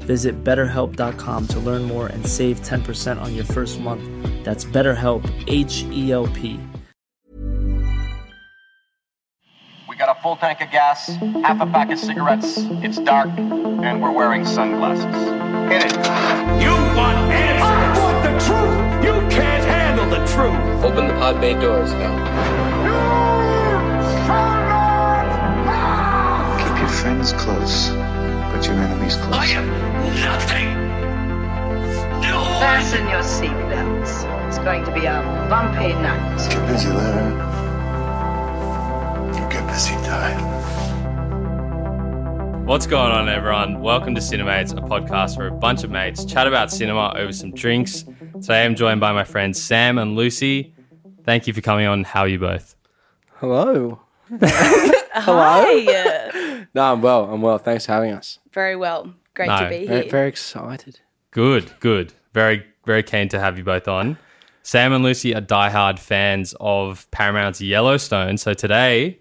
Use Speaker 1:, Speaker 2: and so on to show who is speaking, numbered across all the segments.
Speaker 1: Visit betterhelp.com to learn more and save 10% on your first month. That's BetterHelp, H E L P.
Speaker 2: We got a full tank of gas, half a pack of cigarettes, it's dark, and we're wearing sunglasses. Hit it.
Speaker 3: You want answers. I want the truth. You can't handle the truth.
Speaker 4: Open the pod bay doors now.
Speaker 5: Keep your friends close, but your enemies close.
Speaker 3: I am nothing. No one.
Speaker 6: Fasten your seatbelts. It's going to be a bumpy night.
Speaker 5: Get busy later. You get busy dying.
Speaker 7: What's going on, everyone? Welcome to Cinemates, a podcast where a bunch of mates chat about cinema over some drinks. Today I'm joined by my friends Sam and Lucy. Thank you for coming on. How are you both?
Speaker 8: Hello.
Speaker 9: Hi.
Speaker 8: No, I'm well. I'm well. Thanks for having us.
Speaker 9: Very well. Great
Speaker 7: No.
Speaker 9: to be
Speaker 8: Very,
Speaker 9: here.
Speaker 8: very excited.
Speaker 7: Good, good. Very, very keen to have you both on. Sam and Lucy are diehard fans of Paramount's Yellowstone. So today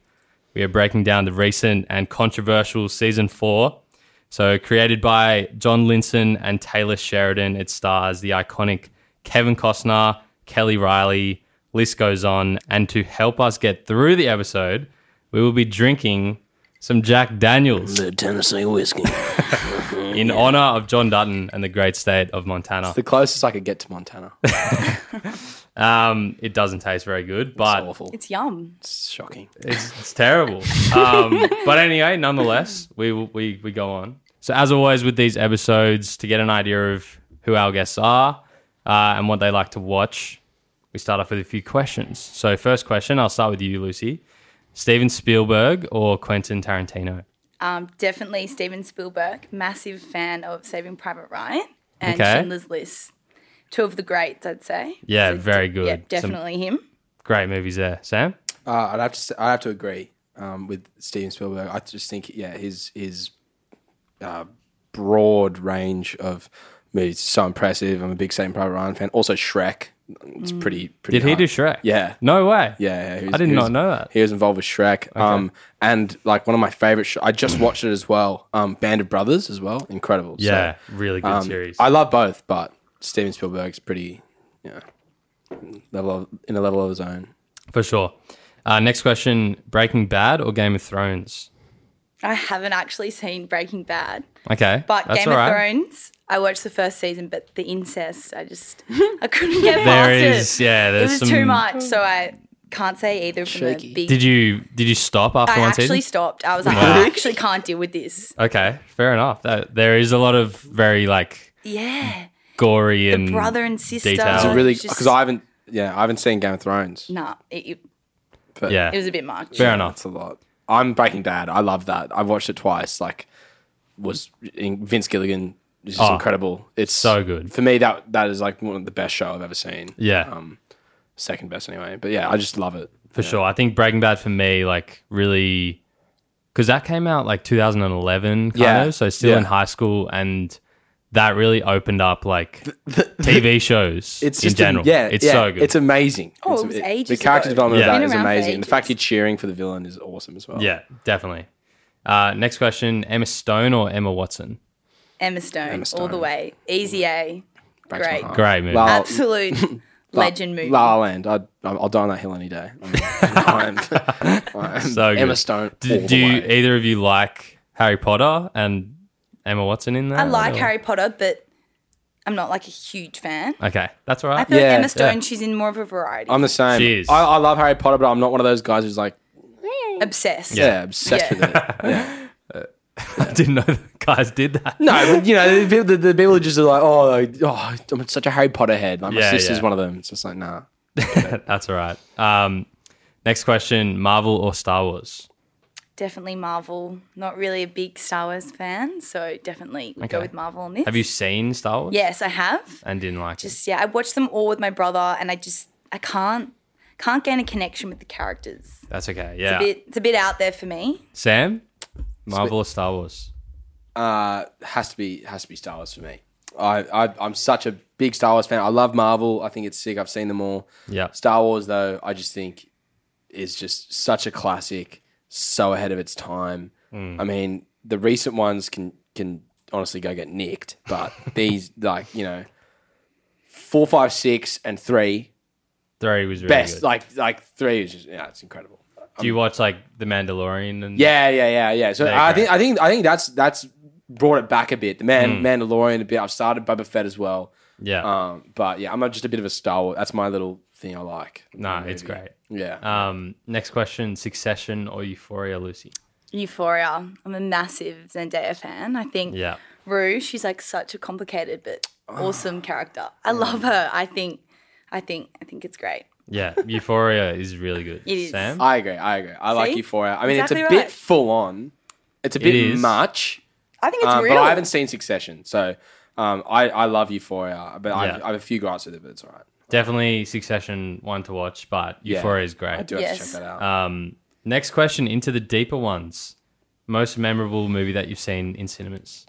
Speaker 7: we are breaking down the recent and controversial season four. So, created by John Linson and Taylor Sheridan, it stars the iconic Kevin Costner, Kelly Riley, list goes on. And to help us get through the episode, we will be drinking some Jack Daniels
Speaker 8: Tennessee whiskey.
Speaker 7: in honor of John Dutton and the great state of Montana.
Speaker 8: the closest I could get to Montana. It's
Speaker 7: Um, it doesn't taste very good, but
Speaker 8: awful.
Speaker 9: It's yum.
Speaker 8: It's shocking.
Speaker 7: it's, it's terrible. Um, but anyway, nonetheless, we, we we go on. So as always with these episodes, to get an idea of who our guests are uh, and what they like to watch, we start off with a few questions. So first question, I'll start with you, Lucy. Steven Spielberg or Quentin Tarantino?
Speaker 9: Um, definitely Steven Spielberg, massive fan of Saving Private Ryan and
Speaker 7: Okay.
Speaker 9: Schindler's List. Two of the greats, I'd say.
Speaker 7: Yeah,
Speaker 9: de-
Speaker 7: very good.
Speaker 9: Yeah,
Speaker 7: Some-
Speaker 9: definitely him.
Speaker 7: Great movies there, Sam.
Speaker 8: Uh, I'd have to. Say, I have to agree um, with Steven Spielberg. I just think, yeah, his his uh, broad range of movies is so impressive. I'm a big Saving Private Ryan fan. Also, Shrek. It's
Speaker 9: Mm.
Speaker 8: pretty. pretty
Speaker 7: Did he
Speaker 8: hard.
Speaker 7: do Shrek?
Speaker 8: Yeah.
Speaker 7: No way.
Speaker 8: Yeah, yeah he was-
Speaker 7: I did
Speaker 8: he
Speaker 7: not
Speaker 8: was-
Speaker 7: know that.
Speaker 8: He was involved with Shrek. Um, and like one of my favorite, sh- I just watched it as well. Um, Band of Brothers as well, incredible. So,
Speaker 7: Yeah, really good
Speaker 8: um,
Speaker 7: series.
Speaker 8: I love both, but Steven Spielberg's pretty, yeah, level of, in a level of his own.
Speaker 7: For sure. Uh, next question Breaking Bad or Game of Thrones?
Speaker 9: I haven't actually seen Breaking Bad,
Speaker 7: Okay.
Speaker 9: but
Speaker 7: that's
Speaker 9: Game
Speaker 7: all
Speaker 9: of
Speaker 7: right.
Speaker 9: Thrones, I watched the first season, but the incest, I just, I couldn't get past
Speaker 7: There
Speaker 9: it.
Speaker 7: is, yeah,
Speaker 9: it
Speaker 7: there's
Speaker 9: was
Speaker 7: some-
Speaker 9: too much, so I can't say either of them. are
Speaker 8: Shaky.
Speaker 9: Big,
Speaker 7: Did you did you stop after
Speaker 9: I
Speaker 7: one
Speaker 9: actually
Speaker 7: season?
Speaker 9: stopped. I was like,
Speaker 7: Wow.
Speaker 9: I actually can't deal with this.
Speaker 7: okay, fair enough. That, there is a lot of very like
Speaker 9: Yeah.
Speaker 7: gory and
Speaker 9: brother and sister.
Speaker 7: detail.
Speaker 8: It's
Speaker 7: Oh,
Speaker 8: a really
Speaker 9: just-
Speaker 8: because I haven't, yeah, I haven't seen Game of Thrones.
Speaker 9: Nah, it, it,
Speaker 8: But
Speaker 7: yeah.
Speaker 9: it was a bit much.
Speaker 7: fair enough.
Speaker 8: that's a lot. I'm Breaking Bad. I love that. I've watched it twice. Like, was in, Vince Gilligan is just
Speaker 7: Oh,
Speaker 8: incredible. It's
Speaker 7: so good.
Speaker 8: for me. That that is like one of the best show I've ever seen. Um,
Speaker 7: Yeah,
Speaker 8: second best anyway. But yeah, I just love it.
Speaker 7: for sure. I think Breaking Bad for me like really because that came out like 2011 kind
Speaker 8: Yeah,
Speaker 7: of, so still
Speaker 8: yeah.
Speaker 7: in high school and. That really opened up like TV shows
Speaker 8: It's
Speaker 7: in
Speaker 8: just a-
Speaker 7: general.
Speaker 8: yeah,
Speaker 7: it's
Speaker 8: yeah,
Speaker 7: so good.
Speaker 8: It's amazing.
Speaker 9: Oh,
Speaker 8: It's-
Speaker 9: it was ages
Speaker 8: The character
Speaker 9: ago.
Speaker 8: development
Speaker 7: Yeah.
Speaker 8: of that
Speaker 9: Been
Speaker 8: is
Speaker 9: around for
Speaker 8: amazing. And the fact
Speaker 9: ages.
Speaker 8: you're cheering for the villain is awesome as well.
Speaker 7: Yeah, definitely. Uh, next question: Emma Stone or Emma Watson?
Speaker 9: Emma Stone,
Speaker 8: Emma
Speaker 9: all the
Speaker 8: Stone.
Speaker 9: way. Easy A.
Speaker 8: Breaks my
Speaker 9: Great.
Speaker 8: heart.
Speaker 7: Great movie.
Speaker 8: Oh, Well, I'll-
Speaker 9: Absolute legend movie.
Speaker 8: La La Land. I'd, I'll die on that hill any day. I'm, I'm, I'm
Speaker 7: So good.
Speaker 8: Emma Stone. all
Speaker 7: do
Speaker 8: the
Speaker 7: do you,
Speaker 8: way.
Speaker 7: either of you like Harry Potter and Emma Watson in there?
Speaker 9: I like
Speaker 7: Or-
Speaker 9: Harry Potter, but I'm not like a huge fan.
Speaker 7: Okay, that's all right.
Speaker 9: I feel
Speaker 8: Yeah,
Speaker 9: like Emma Stone,
Speaker 8: yeah.
Speaker 9: she's in more of a variety.
Speaker 8: I'm the same.
Speaker 7: She is.
Speaker 8: I, I love Harry Potter, but I'm not one of those guys who's like,
Speaker 9: obsessed.
Speaker 8: yeah, obsessed
Speaker 9: Yeah.
Speaker 8: with it.
Speaker 7: I didn't know the guys did that.
Speaker 8: No, but, you know, the, people- the, the people who just are like, oh, like, oh, I'm such a Harry Potter head. Like, my
Speaker 7: Yeah,
Speaker 8: sister's
Speaker 7: yeah.
Speaker 8: one of them. It's just like, nah.
Speaker 7: That's all right. Um, next question: Marvel or Star Wars?
Speaker 9: Definitely Marvel. Not really a big Star Wars fan, so definitely would go
Speaker 7: Okay.
Speaker 9: with Marvel on this.
Speaker 7: Have you seen Star Wars?
Speaker 9: Yes, I have.
Speaker 7: and didn't like
Speaker 9: Just yeah, I watched them all with my brother, and I just I can't can't gain a connection with the characters.
Speaker 7: it. That's okay.
Speaker 9: It's
Speaker 7: Yeah,
Speaker 9: a bit it's a bit out there for me.
Speaker 7: Sam, Marvel or Star Wars?
Speaker 8: Uh, has to be has to be Star Wars for me. I, I I'm such a big Star Wars fan. I love Marvel. I think it's sick. I've seen them all.
Speaker 7: Yeah.
Speaker 8: Star Wars though, I just think is just such a classic, so ahead of its time.
Speaker 7: Mm.
Speaker 8: I mean, the recent ones can can honestly go get nicked, but these like you know, four, five, six, and three
Speaker 7: Three was really
Speaker 8: best.
Speaker 7: good.
Speaker 8: Like like three is just yeah, it's incredible.
Speaker 7: Do you watch like The Mandalorian? And
Speaker 8: Yeah, yeah, yeah, yeah. So
Speaker 7: There you
Speaker 8: I
Speaker 7: go.
Speaker 8: think I think I think that's that's brought it back a bit. The Man
Speaker 7: Hmm.
Speaker 8: Mandalorian a bit. I've started Boba Fett as well.
Speaker 7: yeah.
Speaker 8: Um, but yeah, I'm not just a bit of a Star Wars. That's my little thing I like.
Speaker 7: no,
Speaker 8: Movie.
Speaker 7: it's great.
Speaker 8: Yeah.
Speaker 7: Um, next question: Succession or Euphoria, Lucy?
Speaker 9: Euphoria. I'm a massive Zendaya fan. I think
Speaker 7: Yeah.
Speaker 9: Rue, she's like such a complicated but awesome character. I love her. I think I think I think it's great.
Speaker 7: Yeah, Euphoria is really good.
Speaker 9: It is.
Speaker 7: Sam,
Speaker 8: I agree. I agree. I like
Speaker 9: See?
Speaker 8: Euphoria. I mean, it's a
Speaker 9: Exactly right.
Speaker 8: bit full on. It's a
Speaker 7: It
Speaker 8: bit
Speaker 7: is.
Speaker 8: much.
Speaker 9: I think
Speaker 7: Uh,
Speaker 9: it's
Speaker 8: um,
Speaker 9: real.
Speaker 8: But I haven't seen Succession, so um, I I love Euphoria, uh, but I've,
Speaker 7: Yeah.
Speaker 8: I have a few gripes with it, but it's all right.
Speaker 7: definitely Succession one to watch, but
Speaker 8: Yeah.
Speaker 7: Euphoria is great.
Speaker 8: I do have
Speaker 9: Yes.
Speaker 8: to check that out.
Speaker 7: Um, next question into the deeper ones. Most memorable movie that you've seen in cinemas?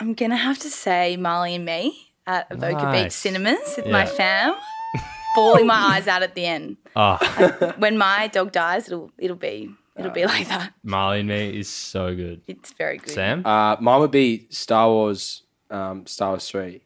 Speaker 9: I'm gonna have to say Marley and Me at Avoca Beach
Speaker 7: Nice.
Speaker 9: Cinemas with my
Speaker 7: Yeah.
Speaker 9: fam. Bawling my eyes out at the end.
Speaker 7: Oh,
Speaker 9: When my dog dies, it'll it'll be it'll be like that.
Speaker 7: Marley and Me is so good.
Speaker 9: It's very good.
Speaker 7: Sam,
Speaker 8: Uh, mine would be Star Wars, um, Star Wars Three.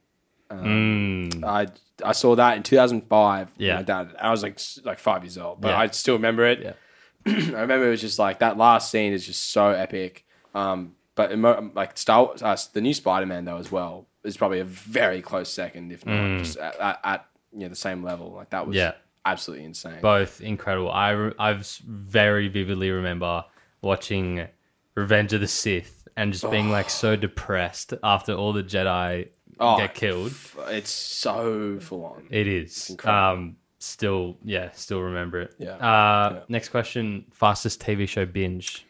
Speaker 8: Um, I I saw that in 2005. with
Speaker 7: Mm. Yeah.
Speaker 8: my dad. I was like s- like five years old, but
Speaker 7: Yeah.
Speaker 8: I still remember it.
Speaker 7: Yeah.
Speaker 8: I remember it was just like that last scene is just so epic. Um, but emo- like Star Wars, uh, the new Spider Man though as well is probably a very close second, if not just at, at, at you know the same level. Like that was
Speaker 7: Mm. Yeah.
Speaker 8: absolutely insane.
Speaker 7: both incredible. I re- I've s- very vividly remember watching Revenge of the Sith and just being like so depressed after all the Jedi
Speaker 8: Oh,
Speaker 7: get killed.
Speaker 8: it's so full on.
Speaker 7: It is.
Speaker 8: incredible.
Speaker 7: Um, still, yeah, still remember it.
Speaker 8: Yeah.
Speaker 7: Uh,
Speaker 8: Yeah.
Speaker 7: Next question: fastest TV show binge.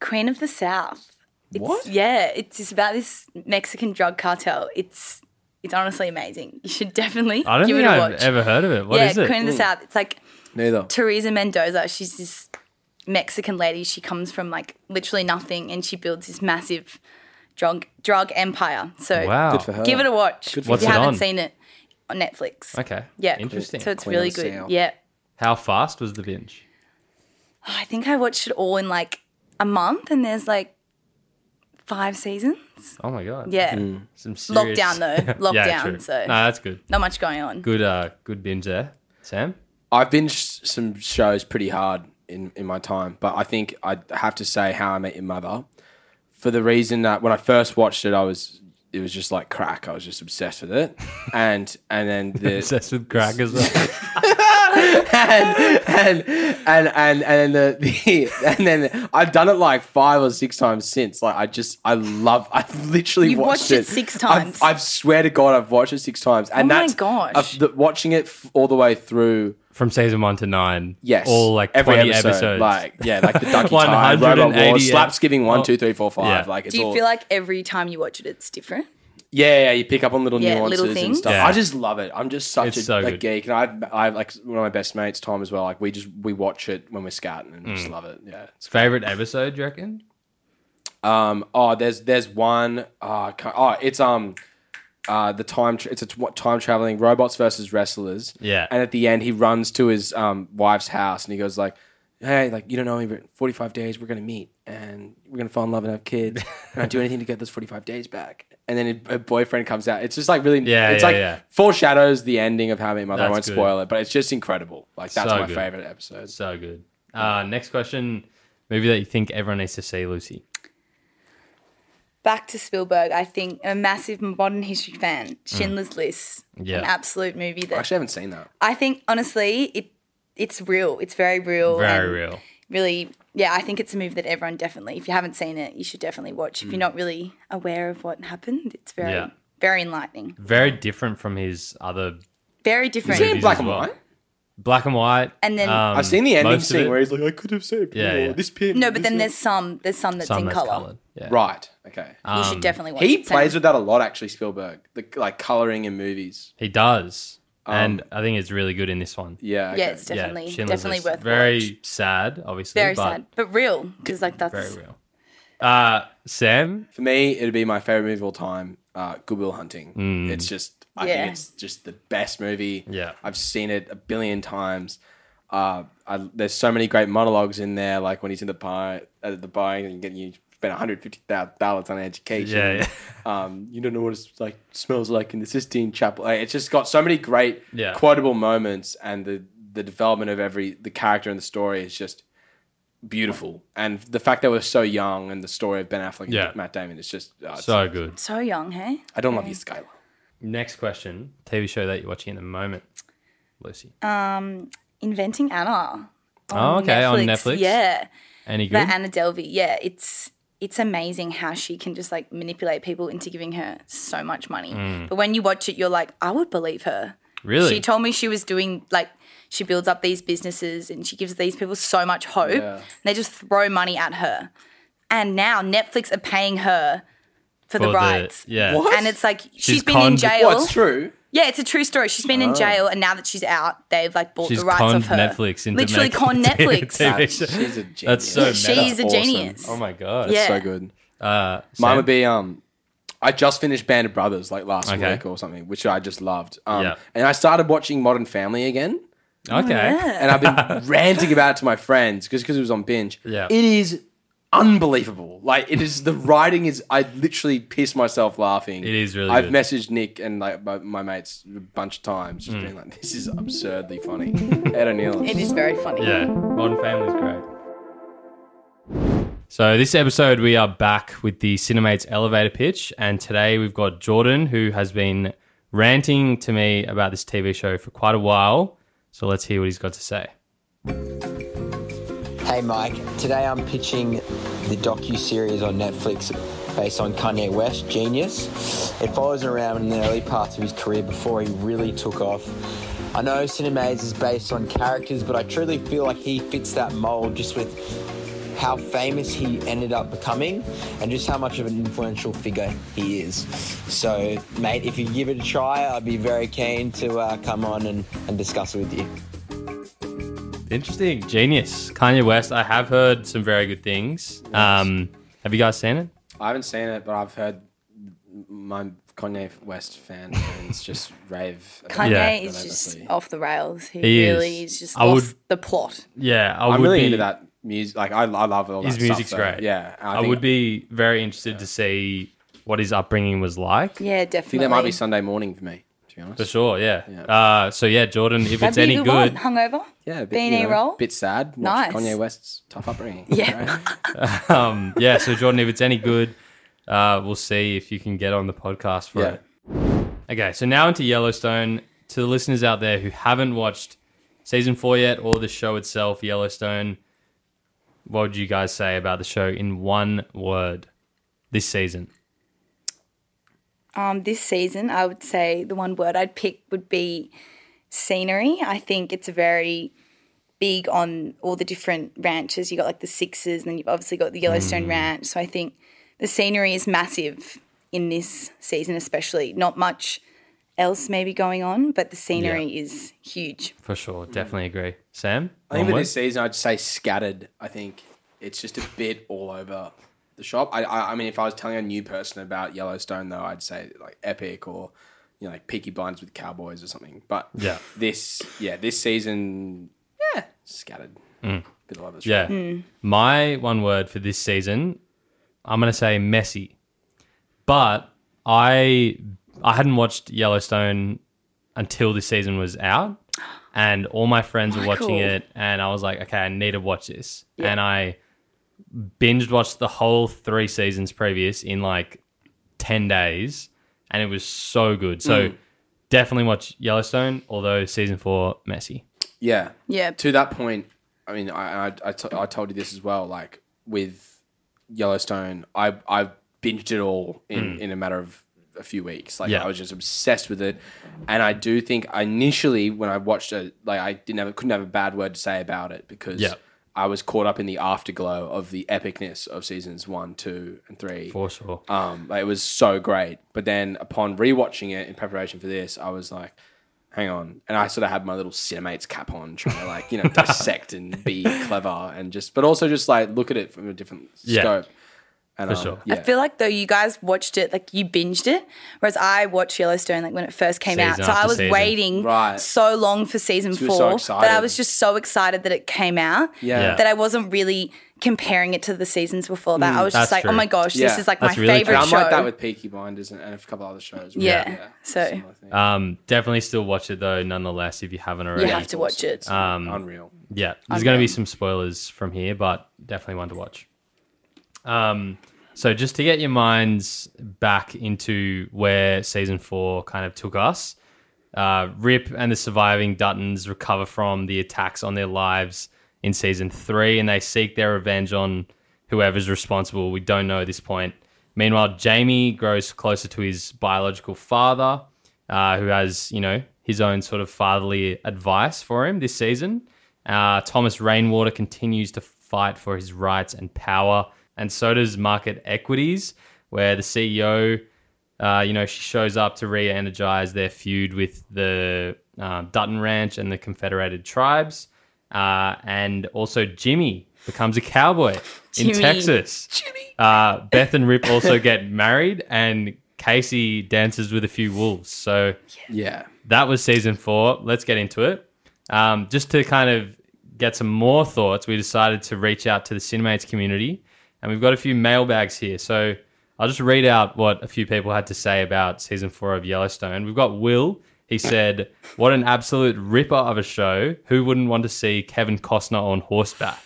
Speaker 9: Queen of the South. It's,
Speaker 8: What?
Speaker 9: Yeah, it's just about this Mexican drug cartel. It's it's honestly amazing. You should definitely
Speaker 7: I don't
Speaker 9: give
Speaker 7: think
Speaker 9: it a
Speaker 7: I've
Speaker 9: watch.
Speaker 7: ever heard of it. What
Speaker 9: yeah,
Speaker 7: is it? Mm.
Speaker 9: Queen of the South. It's like
Speaker 8: Neither.
Speaker 9: Teresa Mendoza. She's this Mexican lady. She comes from like literally nothing, and she builds this massive drug drug empire. So
Speaker 7: wow.
Speaker 8: Good for her.
Speaker 9: give it a watch
Speaker 8: Good
Speaker 9: if
Speaker 8: for
Speaker 9: you
Speaker 7: her.
Speaker 9: haven't
Speaker 7: What's it on?
Speaker 9: seen it on Netflix.
Speaker 7: Okay.
Speaker 9: Yeah,
Speaker 7: Interesting.
Speaker 9: So it's
Speaker 8: Queen of
Speaker 9: really
Speaker 8: the
Speaker 9: good.
Speaker 8: South.
Speaker 9: Yeah. Oh,
Speaker 7: How fast was the binge?
Speaker 9: I think I watched it all in like a month, and there's like five seasons.
Speaker 7: Oh my god.
Speaker 9: Yeah.
Speaker 7: Some serious...
Speaker 9: Lockdown, though.
Speaker 7: yeah,
Speaker 9: Lockdown,
Speaker 7: true.
Speaker 9: so-
Speaker 7: No, that's good.
Speaker 9: Not much going on.
Speaker 7: Good uh good binge there. Sam?
Speaker 8: I've binged some shows pretty hard in, in my time, but I think I have to say How I Met Your Mother for the reason that when I first watched it, I was it was just like crack. I was just obsessed with it, and and then the
Speaker 7: Obsessed with crack as well.
Speaker 8: and and and and then the, and then I've done it like five or six times since. Like I just I love I've literally
Speaker 9: You've
Speaker 8: watched,
Speaker 9: watched it six times. Oh
Speaker 8: I've, I've swear to God I've watched it six times. And
Speaker 9: my
Speaker 8: that's,
Speaker 9: gosh.
Speaker 8: I've- the- watching it f- all the way through.
Speaker 7: From season one to nine.
Speaker 8: Yes.
Speaker 7: All like twenty episodes.
Speaker 8: Like yeah, like the Ducky Time,
Speaker 7: 180
Speaker 8: Robot Wars,
Speaker 7: ep-
Speaker 8: Slaps giving one,
Speaker 7: Oh.
Speaker 8: two, three, four, five.
Speaker 7: Yeah.
Speaker 8: Like it's
Speaker 9: Do you
Speaker 8: all
Speaker 9: feel like every time you watch it, it's different?
Speaker 8: yeah, yeah, you pick up on little
Speaker 9: Yeah,
Speaker 8: nuances
Speaker 9: little
Speaker 8: and
Speaker 9: things.
Speaker 8: stuff.
Speaker 7: Yeah.
Speaker 8: I just love it. I'm just such
Speaker 7: It's
Speaker 8: a,
Speaker 7: so
Speaker 8: a
Speaker 7: good.
Speaker 8: geek, and I've I've like one of my best mates, Tom, as well. Like we just we watch it when we're scouting and
Speaker 7: Mm.
Speaker 8: just love it. Yeah. It's-
Speaker 7: Favorite episode, do you reckon?
Speaker 8: um. Oh, there's there's one. Oh, I can't- oh it's um. Uh, the time tra- it's a tw- time traveling robots versus wrestlers.
Speaker 7: Yeah.
Speaker 8: And at the end, he runs to his um, wife's house and he goes like, "Hey, like you don't know me, but in 45 days we're gonna meet and we're gonna fall in love and have kids and I'd do anything to get those 45 days back." And then her boyfriend comes out. It's just like really,
Speaker 7: Yeah,
Speaker 8: It's
Speaker 7: yeah,
Speaker 8: like
Speaker 7: yeah.
Speaker 8: foreshadows the ending of How I Met Your Mother. I
Speaker 7: That's
Speaker 8: won't
Speaker 7: good.
Speaker 8: spoil it, but it's just incredible. Like that's
Speaker 7: So
Speaker 8: my
Speaker 7: good.
Speaker 8: favorite episode.
Speaker 7: So good. Uh next question. Movie that you think everyone needs to see, Lucy.
Speaker 9: back to Spielberg, I think a massive modern history fan, Schindler's List,
Speaker 7: Mm. Yeah.
Speaker 9: an absolute movie
Speaker 8: I
Speaker 9: that
Speaker 8: actually haven't seen that.
Speaker 9: I think honestly it it's real. It's very real.
Speaker 7: Very
Speaker 9: and
Speaker 7: real.
Speaker 9: Really, yeah. I think it's a movie that everyone definitely, if you haven't seen it, you should definitely watch. If you're not really aware of what happened, it's very
Speaker 7: Mm. Yeah.
Speaker 9: very enlightening.
Speaker 7: Very different from his other
Speaker 9: Very different.
Speaker 7: Movies
Speaker 8: Black
Speaker 7: as
Speaker 8: and
Speaker 7: well.
Speaker 8: white.
Speaker 7: black and white.
Speaker 9: And then-
Speaker 7: um,
Speaker 8: I've seen the ending
Speaker 7: most of
Speaker 8: scene
Speaker 7: it.
Speaker 8: where he's like, I could have saved
Speaker 7: Yeah,
Speaker 8: more,
Speaker 7: yeah.
Speaker 8: this pin.
Speaker 9: no, but
Speaker 8: this
Speaker 9: then
Speaker 8: pin."
Speaker 9: there's some there's some that's
Speaker 7: some
Speaker 9: in
Speaker 7: that's
Speaker 9: color.
Speaker 7: coloured. Yeah.
Speaker 8: right. Okay.
Speaker 7: Um,
Speaker 9: You should definitely watch.
Speaker 8: he
Speaker 9: it, Sam.
Speaker 8: plays with that a lot, actually. Spielberg, the like coloring in movies.
Speaker 7: He does.
Speaker 8: Oh.
Speaker 7: and I think it's really good in this one.
Speaker 8: Yeah. Okay.
Speaker 9: Yeah, it's definitely
Speaker 7: Schindler's
Speaker 9: definitely
Speaker 7: List.
Speaker 9: worth
Speaker 7: Very
Speaker 9: watch.
Speaker 7: sad, obviously.
Speaker 9: very
Speaker 7: but
Speaker 9: sad, but real because like that's
Speaker 7: Very real. Uh, Sam,
Speaker 8: For me, it'd be my favorite movie of all time, uh, Good Will Hunting. It's just, I
Speaker 9: Yeah.
Speaker 8: think it's just the best movie.
Speaker 7: Mm. Yeah.
Speaker 8: I've seen it a billion times. Uh, I, there's so many great monologues in there, like when he's in the bar, at the bar, and you, get, you spend 150,000 dollars on education.
Speaker 7: Yeah, yeah.
Speaker 8: Um, you don't know what it's like smells like in the Sistine Chapel. Like, it's just got so many great
Speaker 7: Yeah.
Speaker 8: quotable moments, and the the development of every the character and the story is just beautiful. And the fact that we're so young and the story of Ben Affleck and
Speaker 7: Yeah.
Speaker 8: Matt Damon is just uh, it's-
Speaker 7: so good.
Speaker 9: so young, hey?
Speaker 8: I don't love you, Skylar.
Speaker 7: Next question: TV show that you're watching at the moment, Lucy.
Speaker 9: Uh, Inventing Anna.
Speaker 7: oh, okay, on Netflix.
Speaker 9: Yeah.
Speaker 7: Any good?
Speaker 9: That Anna Delvey, yeah, it's it's amazing how she can just like manipulate people into giving her so much money. But when you watch it, you're like, I would believe her.
Speaker 7: Hmm. really?
Speaker 9: She told me she was doing like she builds up these businesses and she gives these people so much hope. And they just throw money at her. And now Netflix are paying her for, the
Speaker 7: For
Speaker 9: rights.
Speaker 7: Yeah.
Speaker 8: What?
Speaker 9: And it's like she's
Speaker 7: She's
Speaker 9: been in
Speaker 7: conned-
Speaker 9: jail.
Speaker 8: Well, it's true.
Speaker 9: Yeah, it's a true story. She's been in jail, and now that she's out, they've like bought
Speaker 7: Oh. She's
Speaker 9: the rights
Speaker 7: conned
Speaker 9: of her.
Speaker 7: Netflix into
Speaker 9: literally
Speaker 7: making
Speaker 9: con
Speaker 7: a
Speaker 9: Netflix.
Speaker 7: TV
Speaker 8: That's-
Speaker 7: show.
Speaker 8: she's a genius.
Speaker 7: That's so meta.
Speaker 9: She's a
Speaker 8: awesome.
Speaker 9: genius.
Speaker 7: oh my god.
Speaker 9: Yeah.
Speaker 8: So good.
Speaker 7: Uh,
Speaker 8: Mine
Speaker 7: Sam?
Speaker 8: would be um, I just finished Band of Brothers like last
Speaker 7: Okay.
Speaker 8: week or something, which I just loved. Um,
Speaker 7: Yeah.
Speaker 8: and I started watching Modern Family again.
Speaker 7: Okay.
Speaker 9: Oh,
Speaker 8: and I've been ranting about it to my friends because it was on binge.
Speaker 7: Yeah.
Speaker 8: It is unbelievable. Like it is the writing is I literally piss myself laughing.
Speaker 7: It is really
Speaker 8: I've
Speaker 7: good.
Speaker 8: messaged Nick and like my, my mates a bunch of times
Speaker 7: Hmm.
Speaker 8: just being like, This is absurdly funny. Ed O'Neill.
Speaker 9: It is very funny.
Speaker 7: Yeah, Modern Family's great. So this episode we are back with the Cinemates elevator pitch, and today we've got Jordan who has been ranting to me about this TV show for quite a while. So let's hear what he's got to say.
Speaker 10: Hey Mike, today I'm pitching the docu-series on Netflix based on Kanye West, Genius. It follows around in the early parts of his career before he really took off. I know Cinemaze is based on characters, but I truly feel like he fits that mold just with how famous he ended up becoming and just how much of an influential figure he is. So, mate, if you give it a try, I'd be very keen to uh, come on and, and discuss it with you.
Speaker 7: Interesting, genius, Kanye West. I have heard some very good things. Um, have you guys seen it?
Speaker 8: I haven't seen it, but I've heard my Kanye West fan friends just rave. about
Speaker 9: Kanye
Speaker 8: it
Speaker 7: Yeah.
Speaker 9: is just
Speaker 8: relentlessly.
Speaker 9: off the rails. He,
Speaker 7: He
Speaker 9: really
Speaker 7: is.
Speaker 9: is just
Speaker 7: I
Speaker 9: lost
Speaker 7: would-
Speaker 9: the plot.
Speaker 7: Yeah, I
Speaker 8: I'm
Speaker 7: would
Speaker 8: really
Speaker 7: be,
Speaker 8: into that music. Like I, I love all that
Speaker 7: His
Speaker 8: stuff,
Speaker 7: music's
Speaker 8: though.
Speaker 7: great.
Speaker 8: Yeah, and
Speaker 7: I,
Speaker 8: think-
Speaker 7: would be very interested to see what his upbringing was like.
Speaker 9: Yeah,
Speaker 8: I
Speaker 9: definitely.
Speaker 8: think that might be Sunday morning for me. To be honest,
Speaker 7: For sure, yeah. Uh, so yeah, Jordan, if
Speaker 9: That'd
Speaker 7: it's
Speaker 9: be
Speaker 7: any
Speaker 9: a one.
Speaker 7: good,
Speaker 9: Hungover?
Speaker 8: Yeah, a bit,
Speaker 9: Beanie
Speaker 8: you know,
Speaker 9: E roll?
Speaker 8: Bit sad. Watch
Speaker 9: Nice.
Speaker 8: Kanye West's tough upbringing.
Speaker 9: Yeah.
Speaker 8: right?
Speaker 7: um, yeah, so Jordan, if it's any good, uh, we'll see if you can get on the podcast for
Speaker 8: Yeah.
Speaker 7: it. Okay, so now into Yellowstone. To the listeners out there who haven't watched season four yet or the show itself, Yellowstone, what would you guys say about the show in one word this season?
Speaker 9: Um, this season, I would say the one word I'd pick would be scenery. I think it's very big on all the different ranches. You got like the Sixes, and then you've obviously got the Yellowstone Ranch. So I think the scenery is massive in this season, especially. Not much else maybe going on, but the scenery is huge.
Speaker 7: For sure, definitely agree. Sam,
Speaker 8: Hmm. I think
Speaker 7: one
Speaker 8: for
Speaker 7: word?
Speaker 8: this season, I'd say scattered. I think it's just a bit all over the shop. I, I, I mean, if I was telling a new person about Yellowstone, though, I'd say like epic or you know, like Peaky Blinds with cowboys or something. But
Speaker 7: Yeah.
Speaker 8: this yeah, this season, yeah, scattered. Bit all over the shop.
Speaker 7: Mm. yeah, my one word for this season, I'm gonna say messy. But I I hadn't watched Yellowstone until this season was out, and all my friends were watching
Speaker 9: Michael.
Speaker 7: it, and I was like, okay, I need to watch this, and I binge watched the whole three seasons previous in like 10 days and it was so good. So
Speaker 8: Mm.
Speaker 7: definitely watch Yellowstone, although season four, messy.
Speaker 8: Yeah.
Speaker 9: Yeah.
Speaker 8: To that point, I mean, I I, I, t- I told you this as well. Like with Yellowstone, I I binged it all in
Speaker 7: Mm.
Speaker 8: in a matter of a few weeks. Like
Speaker 7: Yeah.
Speaker 8: I was just obsessed with it, and I do think I initially when I watched it, like I didn't have couldn't have a bad word to say about it because.
Speaker 7: Yeah.
Speaker 8: I was caught up in the afterglow of the epicness of seasons one, two, and three.
Speaker 7: For sure.
Speaker 8: Um, like, it was so great. But then upon rewatching it in preparation for this, I was like, hang on. And I sort of had my little cinemates cap on, trying to like, you know, dissect and be clever and just, but also just like look at it from a different
Speaker 7: Yeah.
Speaker 8: scope. And,
Speaker 7: For
Speaker 8: um,
Speaker 7: sure.
Speaker 8: Yeah.
Speaker 9: I feel like though you guys watched it, like you binged it, whereas I watched Yellowstone like when it first came out.
Speaker 7: Season
Speaker 9: So I
Speaker 7: after
Speaker 9: was
Speaker 7: season.
Speaker 9: waiting
Speaker 8: Right.
Speaker 9: so long for season
Speaker 8: She was
Speaker 9: four
Speaker 8: so
Speaker 9: that I
Speaker 8: excited.
Speaker 9: was just so excited that it came out
Speaker 8: Yeah. Yeah.
Speaker 9: that I wasn't really comparing it to the seasons before that.
Speaker 8: Mm.
Speaker 9: I was just
Speaker 7: That's
Speaker 9: like, oh
Speaker 7: true.
Speaker 9: my gosh,
Speaker 8: Yeah.
Speaker 9: this is like
Speaker 7: That's
Speaker 9: my
Speaker 7: really
Speaker 9: favorite
Speaker 8: And I'm
Speaker 9: show.
Speaker 8: like that with Peaky Blinders and, and a couple other shows.
Speaker 9: yeah. So
Speaker 7: Um, definitely still watch it though, nonetheless, if you haven't
Speaker 9: you
Speaker 7: already.
Speaker 9: have to watch it.
Speaker 7: Um,
Speaker 8: Unreal.
Speaker 7: Yeah, there's going to be some spoilers from here, but definitely one to watch. Um, so just to get your minds back into where season four kind of took us, uh, Rip and the surviving Duttons recover from the attacks on their lives in season three, and they seek their revenge on whoever's responsible. We don't know at this point. Meanwhile, Jamie grows closer to his biological father, uh, who has you know his own sort of fatherly advice for him this season. Uh, Thomas Rainwater continues to fight for his rights and power, and so does Market Equities, where the E CEO, uh, you know, she shows up to re-energize their feud with the uh, Dutton Ranch and the Confederated Tribes, uh, and also Jimmy becomes a cowboy in
Speaker 9: Jimmy.
Speaker 7: Texas. Jimmy. Uh, Beth and Rip also get married, and Casey dances with a few wolves. So
Speaker 8: Yeah.
Speaker 7: that was season four. Let's get into it. Um, just to kind of get some more thoughts, we decided to reach out to the Cinemates community, and we've got a few mailbags here. So I'll just read out what a few people had to say about season four of Yellowstone. We've got Will. He said, "What an absolute ripper of a show! Who wouldn't want to see Kevin Costner on horseback?"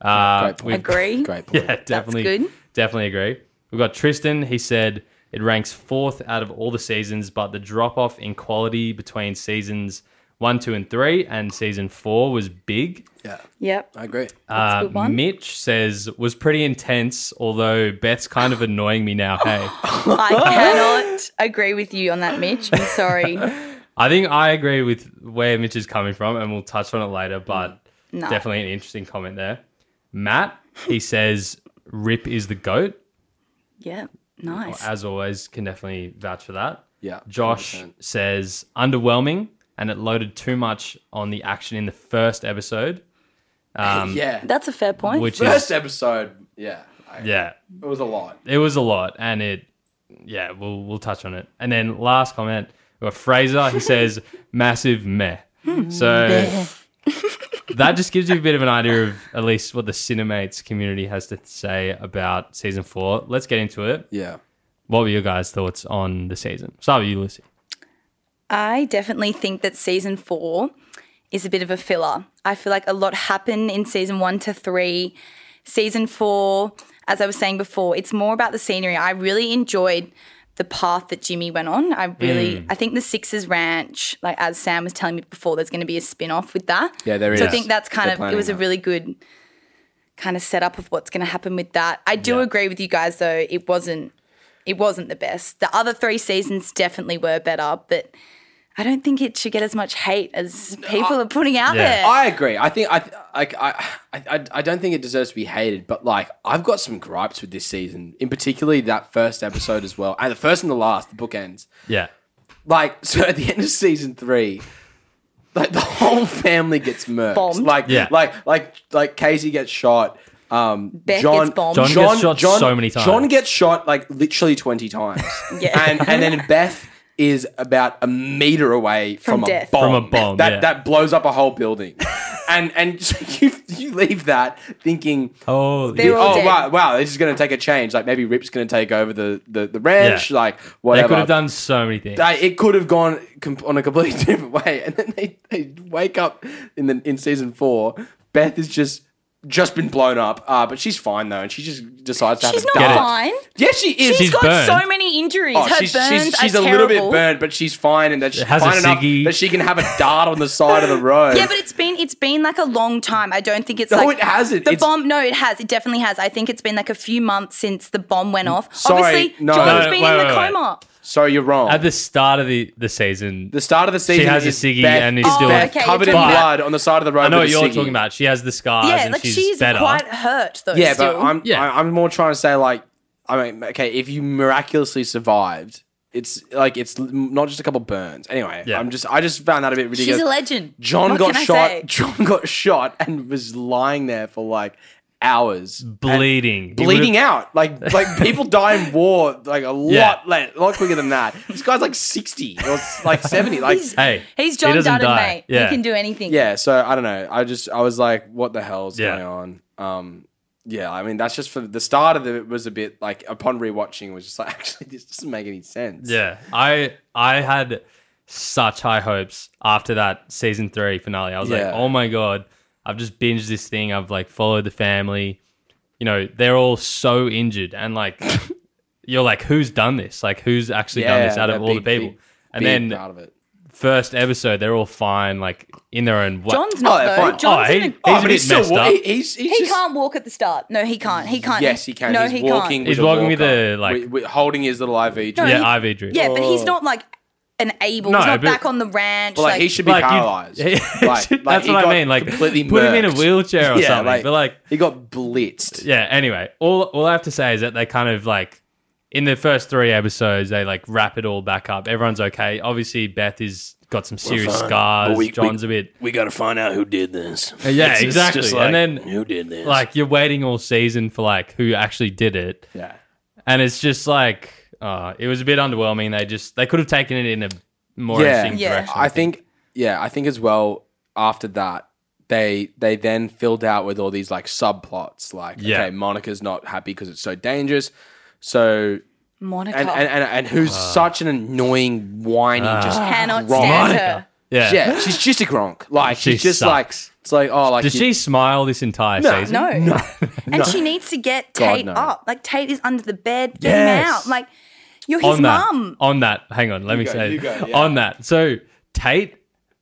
Speaker 7: Uh,
Speaker 8: Great point.
Speaker 7: we've-
Speaker 9: Agree?
Speaker 8: Great point.
Speaker 7: yeah, definitely.
Speaker 9: good.
Speaker 7: Definitely agree. We've got Tristan. He said it ranks fourth out of all the seasons, but the drop off in quality between seasons one, two, and three and season four was big.
Speaker 8: Yeah.
Speaker 9: Yep.
Speaker 8: I agree.
Speaker 7: Uh,
Speaker 9: good one.
Speaker 7: Mitch says was pretty intense, although Beth's kind of annoying me now. Hey,
Speaker 9: I cannot agree with you on that, Mitch. I'm sorry.
Speaker 7: I think I agree with where Mitch is coming from, and we'll touch on it later, but
Speaker 9: No.
Speaker 7: definitely an interesting comment there. Matt, he says Rip is the GOAT.
Speaker 9: Yeah. Nice.
Speaker 7: as always, can definitely vouch for that.
Speaker 8: Yeah,
Speaker 7: Josh
Speaker 8: 100%.
Speaker 7: says underwhelming, and it loaded too much on the action in the first episode,
Speaker 8: yeah.
Speaker 9: That's a fair point.
Speaker 7: which
Speaker 8: First
Speaker 7: um, is
Speaker 8: episode. Yeah. I,
Speaker 7: yeah,
Speaker 8: It was a lot.
Speaker 7: it was a lot, and it yeah, we'll we'll touch on it. And then last comment, we got Fraser. He says massive meh. So. That just gives you a bit of an idea of at least what the Cinemates community has to say about season four. Let's get into it.
Speaker 8: Yeah.
Speaker 7: What were your guys' thoughts on the season? Start with you, Lucy.
Speaker 9: I definitely think that season four is a bit of a filler. I feel like a lot happened in season one to three. Season four, as I was saying before, it's more about the scenery. I really enjoyed the path that Jimmy went on. I
Speaker 8: Mm.
Speaker 9: really, I think the Sixers Ranch, like as Sam was telling me before, there's going to be a spin off with that.
Speaker 8: Yeah, there
Speaker 9: So I
Speaker 8: is.
Speaker 9: think that's kind
Speaker 8: They're
Speaker 9: of, it was a
Speaker 8: planning that.
Speaker 9: really good kind of setup of what's going to happen with that. I do
Speaker 7: Yeah.
Speaker 9: agree with you guys though, it wasn't it wasn't the best. The other three seasons definitely were better, but I don't think it should get as much hate as people are putting out
Speaker 7: Yeah.
Speaker 9: there.
Speaker 8: I agree. I think I like I, I I I don't think it deserves to be hated, but like I've got some gripes with this season, in particularly that first episode as well, and the first and the last, the bookends.
Speaker 7: Yeah.
Speaker 8: Like so, at the end of season three, like the whole family gets murked.
Speaker 9: Bombed.
Speaker 8: Like
Speaker 7: Yeah.
Speaker 8: like like like Casey gets shot. Um,
Speaker 9: Beth
Speaker 8: John,
Speaker 9: gets bombed.
Speaker 7: John gets shot so many times.
Speaker 8: John gets shot like literally twenty times,
Speaker 9: Yeah.
Speaker 8: and and then Beth is about a meter away
Speaker 9: From
Speaker 8: from, a
Speaker 9: death.
Speaker 8: bomb.
Speaker 7: From a bomb,
Speaker 8: that
Speaker 7: yeah.
Speaker 8: that blows up a whole building, and and so you you leave that thinking,
Speaker 7: Oh,
Speaker 9: They were all
Speaker 8: oh
Speaker 9: dead.
Speaker 8: wow, wow, this is going to take a change. Like maybe Rip's going to take over the the, the ranch.
Speaker 7: Yeah.
Speaker 8: Like
Speaker 7: They
Speaker 8: whatever.
Speaker 7: could have done so many things.
Speaker 8: They- it could have gone com- on a completely different way, and then they, they wake up in the in season four. Beth is just just been blown up. Uh, but she's fine though, and she just decides to
Speaker 9: She's
Speaker 8: have a
Speaker 9: not
Speaker 8: go.
Speaker 9: fine.
Speaker 8: Yes, she is.
Speaker 9: She's got so many injuries.
Speaker 8: Oh,
Speaker 9: Her
Speaker 8: she's,
Speaker 9: burns
Speaker 8: she's, she's
Speaker 9: are
Speaker 8: a little bit
Speaker 9: terrible.
Speaker 8: burned, but she's fine, and that she's
Speaker 7: Has a
Speaker 8: fine enough
Speaker 7: ciggy.
Speaker 8: that she can have a dart on the side of the road.
Speaker 9: Yeah, but it's been it's been like a long time. I don't think it's
Speaker 8: No,
Speaker 9: like
Speaker 8: it hasn't.
Speaker 9: The
Speaker 8: It's-
Speaker 9: bomb. No, it has. It definitely has. I think it's been like a few months since the bomb went off.
Speaker 8: Sorry,
Speaker 9: Obviously,
Speaker 8: no.
Speaker 9: Jordan's
Speaker 7: No,
Speaker 9: been
Speaker 7: wait,
Speaker 9: in the
Speaker 7: wait, wait.
Speaker 9: coma.
Speaker 8: Sorry, you're wrong.
Speaker 7: At the start of the, the season,
Speaker 8: the start of the season,
Speaker 7: she has a
Speaker 8: is
Speaker 7: ciggy
Speaker 8: Beth-
Speaker 7: and is
Speaker 8: is
Speaker 7: still.
Speaker 8: Beth
Speaker 9: Oh, okay, you're
Speaker 8: covered in
Speaker 9: talking about-
Speaker 8: blood on the side of the road.
Speaker 7: I know
Speaker 8: with
Speaker 7: what
Speaker 8: a
Speaker 7: you're
Speaker 8: ciggy.
Speaker 7: talking about. She has the scars
Speaker 9: Yeah,
Speaker 7: and
Speaker 9: like
Speaker 7: she's
Speaker 9: she's
Speaker 7: better.
Speaker 9: quite hurt though.
Speaker 8: Yeah,
Speaker 9: still.
Speaker 8: but I'm
Speaker 7: Yeah.
Speaker 8: I, I'm more trying to say like I mean, okay, if you miraculously survived, it's like it's l- not just a couple burns. Anyway,
Speaker 7: Yeah.
Speaker 8: I'm just I just found that a bit ridiculous.
Speaker 9: She's a legend.
Speaker 8: John
Speaker 9: What
Speaker 8: got
Speaker 9: can I
Speaker 8: shot.
Speaker 9: say?
Speaker 8: John got shot and was lying there for like hours,
Speaker 7: bleeding. He
Speaker 8: bleeding
Speaker 7: would've-
Speaker 8: out. Like like people die in war like a lot
Speaker 7: Yeah.
Speaker 8: less, lot quicker than that. This guy's like sixty or s- like seventy. Like
Speaker 9: He's-
Speaker 7: Hey,
Speaker 9: He's
Speaker 7: he
Speaker 9: John
Speaker 7: doesn't
Speaker 9: Dutton,
Speaker 7: die.
Speaker 9: mate.
Speaker 7: Yeah.
Speaker 9: He can do anything.
Speaker 8: yeah. So I don't know. I just I was like, what the hell's
Speaker 7: Yeah.
Speaker 8: going on? Um. Yeah, I mean that's just for the start of it, it was a bit like upon rewatching it was just like actually this doesn't make any sense.
Speaker 7: Yeah, I I had such high hopes after that season three finale. I was
Speaker 8: Yeah.
Speaker 7: like, oh my god, I've just binged this thing. I've like followed the family. You know, they're all so injured, and like, you're like, who's done this? Like, who's actually done this
Speaker 8: Yeah,
Speaker 7: out of
Speaker 8: yeah,
Speaker 7: all
Speaker 8: big,
Speaker 7: the people?
Speaker 8: big,
Speaker 7: and
Speaker 8: Big
Speaker 7: then
Speaker 8: proud of it.
Speaker 7: first episode, they're all fine, like in their own way.
Speaker 9: John's not
Speaker 8: yeah,
Speaker 9: though.
Speaker 8: fine.
Speaker 9: John's
Speaker 7: Oh,
Speaker 9: in a-
Speaker 7: he- he's a
Speaker 8: but
Speaker 7: bit messed
Speaker 8: wa-
Speaker 7: up.
Speaker 8: he- he's, he's
Speaker 9: he
Speaker 8: just-
Speaker 9: can't walk at the start. No, he can't. He can't.
Speaker 8: Yes, he can.
Speaker 9: No, he
Speaker 8: he's walking.
Speaker 9: can't.
Speaker 8: With
Speaker 7: He's walking
Speaker 8: a
Speaker 7: with
Speaker 8: walker.
Speaker 7: a, like-
Speaker 8: Wi- wi- holding his little IV.
Speaker 9: No,
Speaker 8: drip.
Speaker 7: yeah,
Speaker 9: he-
Speaker 7: IV drip.
Speaker 9: Yeah, but he's not like an able.
Speaker 7: No,
Speaker 9: he's not
Speaker 7: but-
Speaker 9: back on the ranch.
Speaker 8: But Oh. like, he should be
Speaker 7: Like, you-
Speaker 8: paralyzed. like, like,
Speaker 7: that's
Speaker 8: he
Speaker 7: what I
Speaker 8: got
Speaker 7: mean. Like, put
Speaker 8: completely
Speaker 7: him in a
Speaker 8: murked.
Speaker 7: wheelchair or
Speaker 8: Yeah,
Speaker 7: something.
Speaker 8: like-
Speaker 7: but like,
Speaker 8: He got blitzed.
Speaker 7: yeah. Anyway, all all I have to say is that they kind of like in the first three episodes they like wrap it all back up. Everyone's okay. Obviously, Beth is got some serious scars. John's a bit.
Speaker 11: We got to find out who did this.
Speaker 7: Yeah, exactly. and then
Speaker 11: who did this?
Speaker 7: like you're waiting all season for like who actually did it,
Speaker 8: Yeah.
Speaker 7: and it's just like uh, it was a bit underwhelming. They just they could have taken it in a more
Speaker 8: Yeah.
Speaker 7: interesting
Speaker 9: Yeah.
Speaker 7: direction.
Speaker 8: I think. Yeah, I think as well. After that, they they then filled out with all these like subplots. Like,
Speaker 7: Yeah.
Speaker 8: okay, Monica's not happy because it's so dangerous. So
Speaker 9: Monica.
Speaker 8: and and, and, and who's
Speaker 7: Uh.
Speaker 8: such an annoying whiny just
Speaker 9: cannot
Speaker 8: wrong.
Speaker 9: stand her.
Speaker 7: Yeah.
Speaker 8: Yeah, she's just a gronk. Like
Speaker 7: She
Speaker 8: she's just
Speaker 7: sucks.
Speaker 8: like it's like oh like
Speaker 7: Did
Speaker 8: you-
Speaker 7: she smile this entire season?
Speaker 9: No. And she needs to get
Speaker 8: God,
Speaker 9: Tate
Speaker 8: no.
Speaker 9: up. Like Tate is under the bed. Get him
Speaker 7: Yes.
Speaker 9: out. Like you're his
Speaker 7: on that,
Speaker 9: mum.
Speaker 7: on that, hang on, let me
Speaker 8: go,
Speaker 7: say
Speaker 8: you go, yeah.
Speaker 7: on that. So Tate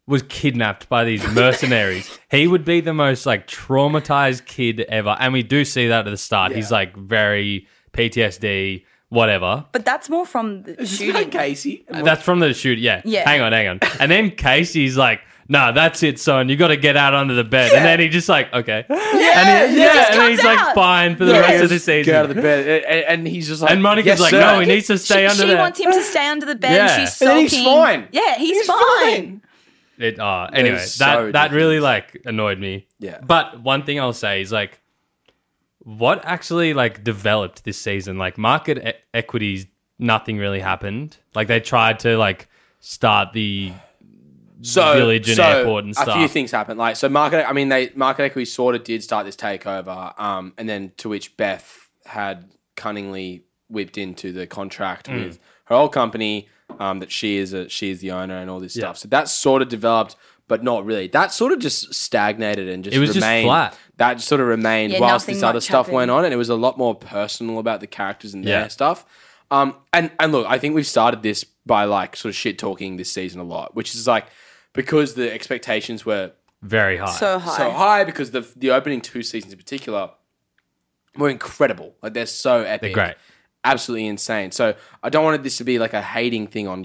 Speaker 7: was kidnapped by these mercenaries. he would be the most like traumatized kid ever, and we do see that at the start. He's like very PTSD, whatever.
Speaker 9: But that's more from the shooting.
Speaker 8: Casey.
Speaker 7: That's from the shoot. Yeah.
Speaker 9: Yeah.
Speaker 7: Hang on, hang on. And then Casey's like, "Nah, that's it, son. You got to get out onto the bed." And then he just like, "Okay." Yeah. And he- yeah.
Speaker 9: just
Speaker 7: and
Speaker 9: comes
Speaker 7: he's
Speaker 9: out.
Speaker 7: like, "Fine for the rest of the season."
Speaker 8: Get out of the bed, and, and- and he's just like,
Speaker 7: And Monica's
Speaker 8: "Yes,
Speaker 7: like,
Speaker 8: sir."
Speaker 7: "No, he needs to stay
Speaker 9: she,
Speaker 7: under
Speaker 9: she
Speaker 7: there."
Speaker 9: wants him to stay under the bed.
Speaker 7: Yeah.
Speaker 9: She's
Speaker 8: And
Speaker 9: sulking.
Speaker 8: then he's fine.
Speaker 9: Yeah, he's,
Speaker 8: He's
Speaker 9: fine.
Speaker 8: fine.
Speaker 7: It uh anyway, that
Speaker 8: was so
Speaker 7: that really
Speaker 8: ridiculous.
Speaker 7: like annoyed me.
Speaker 8: Yeah.
Speaker 7: But one thing I'll say is like what actually like developed this season? Like market e- equities nothing really happened. Like they tried to like start the
Speaker 8: so,
Speaker 7: village and
Speaker 8: so
Speaker 7: airport and
Speaker 8: A
Speaker 7: stuff.
Speaker 8: few things happened. Like so, market. I mean, they market equity sort of did start this takeover, um, and then to which Beth had cunningly whipped into the contract
Speaker 7: Mm.
Speaker 8: with her old company um, that she is a, she is the owner and all this stuff. So that sort of developed, but not really. That sort of just stagnated and just
Speaker 7: It was just
Speaker 8: remained,
Speaker 7: flat.
Speaker 8: That sort of remained
Speaker 9: Yeah,
Speaker 8: whilst
Speaker 9: nothing
Speaker 8: this other
Speaker 9: much
Speaker 8: stuff went
Speaker 9: happened.
Speaker 8: on, and it was a lot more personal about the characters and their
Speaker 7: Yeah.
Speaker 8: stuff. Um, and and look, I think we've started this by like sort of shit talking this season a lot, which is like because the expectations were
Speaker 7: Very high.
Speaker 9: So high.
Speaker 8: so high because the the opening two seasons in particular were incredible. Like they're so epic.
Speaker 7: They're great.
Speaker 8: Absolutely insane. So I don't want this to be like a hating thing on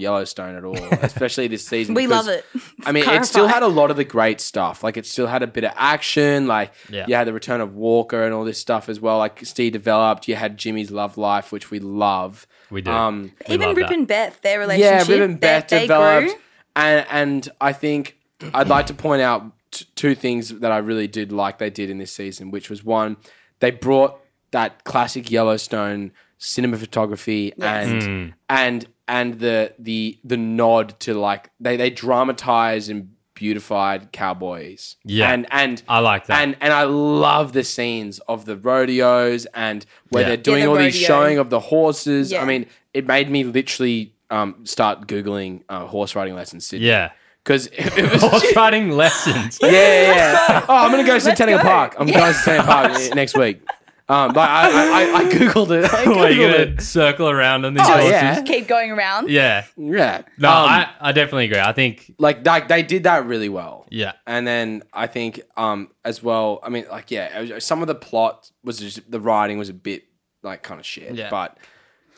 Speaker 8: Yellowstone at all, especially this season.
Speaker 9: We
Speaker 8: because,
Speaker 9: love it.
Speaker 8: I mean, it
Speaker 9: Clarify.
Speaker 8: still had a lot of the great stuff. Like it still had a bit of action. Like
Speaker 7: Yeah.
Speaker 8: you had the return of Walker and all this stuff as well. Like Steve developed. You had Jimmy's love life, which we love.
Speaker 7: We do.
Speaker 8: Um,
Speaker 7: We
Speaker 9: Even
Speaker 7: love
Speaker 9: Rip
Speaker 7: that.
Speaker 9: and Beth, their
Speaker 8: yeah,
Speaker 9: relationship.
Speaker 8: Rib and
Speaker 9: they-
Speaker 8: Beth
Speaker 9: they,
Speaker 8: developed,
Speaker 9: grew.
Speaker 8: and and I think I'd like to point out t- two things that I really did like they did in this season, which was one, they brought that classic Yellowstone cinema photography and
Speaker 7: Hmm.
Speaker 8: and and the the the nod to like they they dramatized and beautified cowboys.
Speaker 7: Yeah.
Speaker 8: and and
Speaker 7: I like that.
Speaker 8: And and I love the scenes of the rodeos and where
Speaker 7: Yeah.
Speaker 8: they're doing
Speaker 9: the
Speaker 8: all these
Speaker 9: rodeo.
Speaker 8: showing of the horses. I
Speaker 9: Yeah.
Speaker 8: mean, it made me literally um, start googling uh, horse riding lessons Sydney.
Speaker 7: yeah.
Speaker 8: Because if it was
Speaker 7: Horse riding lessons.
Speaker 8: Yeah, yeah. yeah.
Speaker 7: Let's
Speaker 8: Oh, I'm gonna go
Speaker 7: Let's
Speaker 8: to Satanic
Speaker 7: go.
Speaker 8: Park. I'm
Speaker 7: Yeah.
Speaker 8: going to Satanic Park ne- next week. Um, like I, I, I, I googled it. I googled
Speaker 7: What, you
Speaker 8: it.
Speaker 7: gonna circle around on these
Speaker 8: Oh,
Speaker 7: horses?
Speaker 8: yeah.
Speaker 9: Keep going around.
Speaker 7: Yeah.
Speaker 8: Yeah.
Speaker 7: No,
Speaker 8: Um,
Speaker 7: I, I definitely agree. I think
Speaker 8: like like they did that really well.
Speaker 7: Yeah.
Speaker 8: And then I think um as well, I mean like yeah, it was- some of the plot was just the writing was a bit like kind of shit,
Speaker 9: Yeah.
Speaker 8: but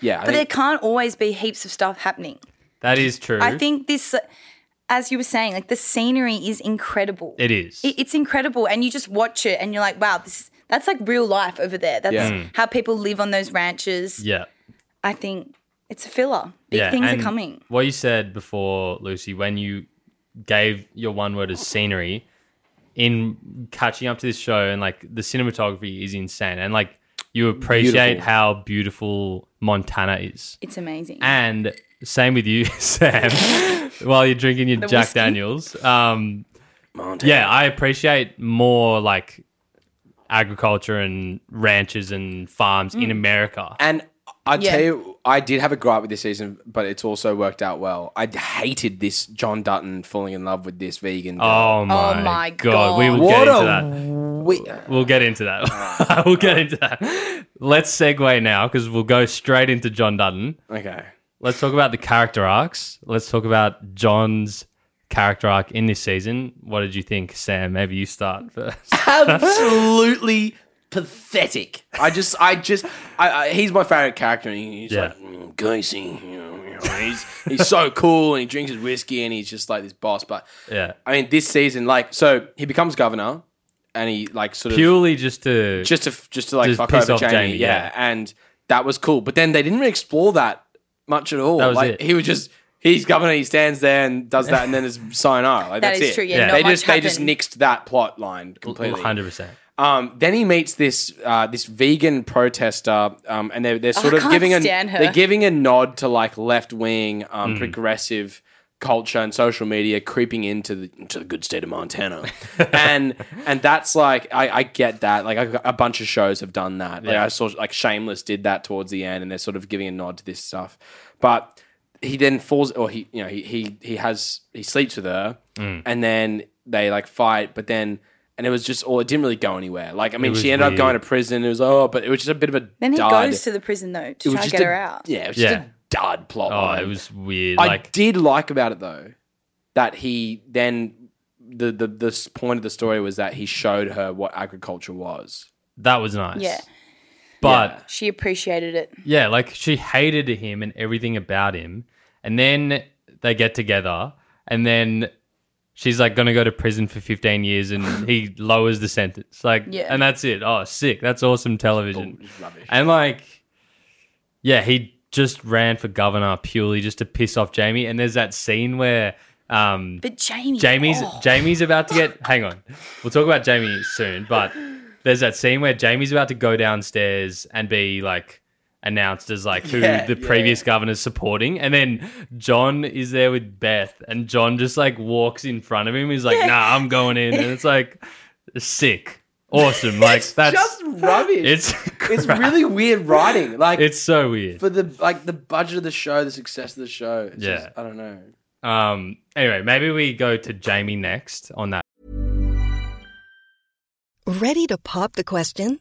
Speaker 8: yeah, I
Speaker 9: But there
Speaker 8: think
Speaker 9: can't always be heaps of stuff happening.
Speaker 7: that is true.
Speaker 9: I think this, as you were saying, like the scenery is incredible.
Speaker 7: it is.
Speaker 9: It, it's incredible, and you just watch it, and you're like, wow, this is, that's like real life over there. That's
Speaker 7: Yeah. Mm.
Speaker 9: how people live on those ranches.
Speaker 7: Yeah.
Speaker 9: I think it's a filler. Big
Speaker 7: yeah.
Speaker 9: things are
Speaker 7: and
Speaker 9: coming.
Speaker 7: What you said before, Lucy, when you gave your one word as scenery, in catching up to this show and like the cinematography is insane. And like you appreciate
Speaker 9: Beautiful.
Speaker 7: how beautiful Montana is.
Speaker 9: It's amazing.
Speaker 7: And same with you, Sam. while you're drinking your
Speaker 9: The
Speaker 7: Jack
Speaker 9: whiskey.
Speaker 7: Daniels, um, yeah, I appreciate more like agriculture and ranches and farms in
Speaker 8: Mm.
Speaker 7: America.
Speaker 8: and I
Speaker 7: Yeah.
Speaker 8: tell you, I did have a gripe with this season, but it's also worked out well. I hated this John Dutton falling in love with this vegan. girl.
Speaker 7: Oh my, god. we will
Speaker 8: What
Speaker 7: get into
Speaker 8: a
Speaker 7: that. We'll get into that. we'll get into that. Let's segue now because we'll go straight into John Dutton.
Speaker 8: Okay.
Speaker 7: Let's talk about the character arcs. Let's talk about John's character arc in this season. What did you think, Sam? Maybe you start first.
Speaker 8: absolutely pathetic. I just, I just, I, I, he's my favorite character. And he's
Speaker 7: Yeah.
Speaker 8: like, mm, Gacy, you know, you know, he's he's so cool, and he drinks his whiskey, and he's just like this boss. But
Speaker 7: Yeah.
Speaker 8: I mean, this season, like, so he becomes governor, and he like sort of
Speaker 7: Purely just to
Speaker 8: just to just to like
Speaker 7: just
Speaker 8: fuck
Speaker 7: piss
Speaker 8: over
Speaker 7: off
Speaker 8: Jamie,
Speaker 7: Jamie,
Speaker 8: yeah.
Speaker 7: yeah.
Speaker 8: and that was cool. But then they didn't really explore that much at all.
Speaker 7: That was
Speaker 8: like
Speaker 7: it.
Speaker 8: he was just. He's governor. He stands there and does that, and then is sayonara. Like
Speaker 7: That
Speaker 8: that's
Speaker 7: is
Speaker 8: it.
Speaker 7: true, yeah, Yeah. not
Speaker 8: they
Speaker 7: much
Speaker 8: just they just
Speaker 7: happened.
Speaker 8: nixed that plot line completely.
Speaker 7: hundred percent.
Speaker 8: Um, then he meets this uh, this vegan protester, um, and they're, they're
Speaker 7: Oh, I
Speaker 8: sort of
Speaker 7: can't
Speaker 8: giving a
Speaker 7: stand her.
Speaker 8: they're giving a nod to like left wing um,
Speaker 7: Mm.
Speaker 8: progressive culture and social media creeping into the into the good state of Montana, and and that's like I, I get that like I, a bunch of shows have done that. Like
Speaker 7: Yeah.
Speaker 8: I saw like Shameless did that towards the end, and they're sort of giving a nod to this stuff, but he then falls or he you know he he he has he sleeps with her
Speaker 7: Mm.
Speaker 8: and then they like fight but then and it was just all it didn't really go anywhere like i
Speaker 7: It
Speaker 8: mean
Speaker 7: was
Speaker 8: she ended up
Speaker 7: weird.
Speaker 8: going to prison it was oh but it was just a bit of a
Speaker 9: Then he
Speaker 8: dud.
Speaker 9: goes to the prison though
Speaker 8: It
Speaker 9: to
Speaker 8: was
Speaker 9: try and
Speaker 8: just
Speaker 9: get
Speaker 8: a-
Speaker 9: her out.
Speaker 8: yeah it was just
Speaker 7: Yeah.
Speaker 8: a dud plot
Speaker 7: Oh,
Speaker 8: line.
Speaker 7: it was weird.
Speaker 8: i
Speaker 7: like
Speaker 8: did like about it though that he then the, the the point of the story was that he showed her what agriculture was
Speaker 7: that was nice.
Speaker 9: Yeah.
Speaker 7: But
Speaker 9: She appreciated it.
Speaker 7: Yeah, like she hated him and everything about him. And then they get together and then she's like going to go to prison for 15 years and he lowers the sentence. Like
Speaker 8: Yeah.
Speaker 7: and that's it. Oh, sick. That's awesome television. And like yeah, he just ran for governor purely just to piss off Jamie and there's that scene where um
Speaker 9: But Jamie,
Speaker 7: Jamie's
Speaker 9: oh.
Speaker 7: Jamie's about to get. hang on, we'll talk about Jamie soon. But there's that scene where Jamie's about to go downstairs and be like announced as like who
Speaker 8: Yeah,
Speaker 7: the
Speaker 8: yeah,
Speaker 7: previous governor's supporting, and then John is there with Beth, and John just like walks in front of him. He's like, "Nah, I'm going in," and it's like sick, awesome. Like that's
Speaker 8: just rubbish
Speaker 7: it's
Speaker 8: it's really weird writing like
Speaker 7: it's so weird.
Speaker 8: for the like the budget of the show the success of the show it's
Speaker 7: Yeah.
Speaker 8: just, i don't know
Speaker 7: Um. Anyway, maybe we go to Jamie next on that.
Speaker 12: Ready to pop the question?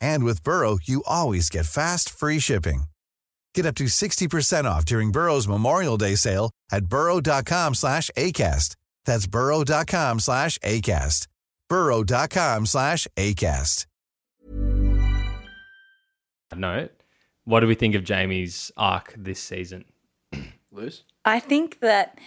Speaker 13: And with Burrow, you always get fast, free shipping. Get up to 60% off during Burrow's Memorial Day sale at burrow.com slash ACAST. That's burrow.com slash ACAST. burrow.com slash ACAST.
Speaker 7: note, what do we think of Jamie's arc this season?
Speaker 8: Lose?
Speaker 9: I think that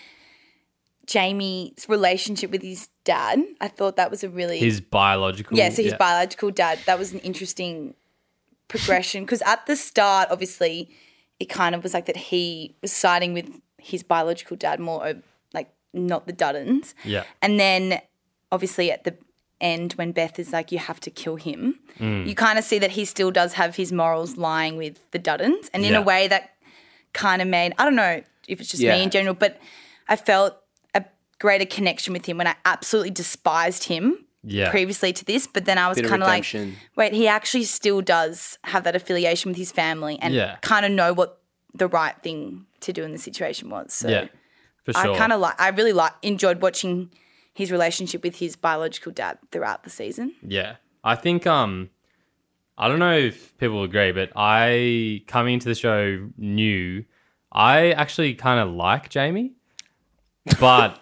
Speaker 9: Jamie's relationship with his dad, I thought that was a really
Speaker 7: His biological.
Speaker 9: yeah, so his biological dad. That was an interesting progression because at the start, obviously, it kind of was like that he was siding with his biological dad more, o- like not the Duddens,
Speaker 3: Yeah.
Speaker 9: and then obviously at the end when Beth is like, "You have to kill him,"
Speaker 3: Mm.
Speaker 9: you kind of see that he still does have his morals lying with the Duddens, and in
Speaker 3: Yeah.
Speaker 9: a way that kind of made I don't know if it's just
Speaker 3: Yeah.
Speaker 9: me in general, but I felt a greater connection with him when I absolutely despised him
Speaker 3: Yeah.
Speaker 9: previously to this, but then I was
Speaker 3: Bit of
Speaker 9: kind of like,
Speaker 3: redemption.
Speaker 9: wait, he actually still does have that affiliation with his family and
Speaker 3: Yeah.
Speaker 9: kind of know what the right thing to do in the situation was. So
Speaker 3: Yeah, for sure.
Speaker 9: I kind of like, I really like enjoyed watching his relationship with his biological dad throughout the season.
Speaker 7: Yeah. I think um I don't know if people agree, but I coming into the show new, I actually kind of like Jamie. But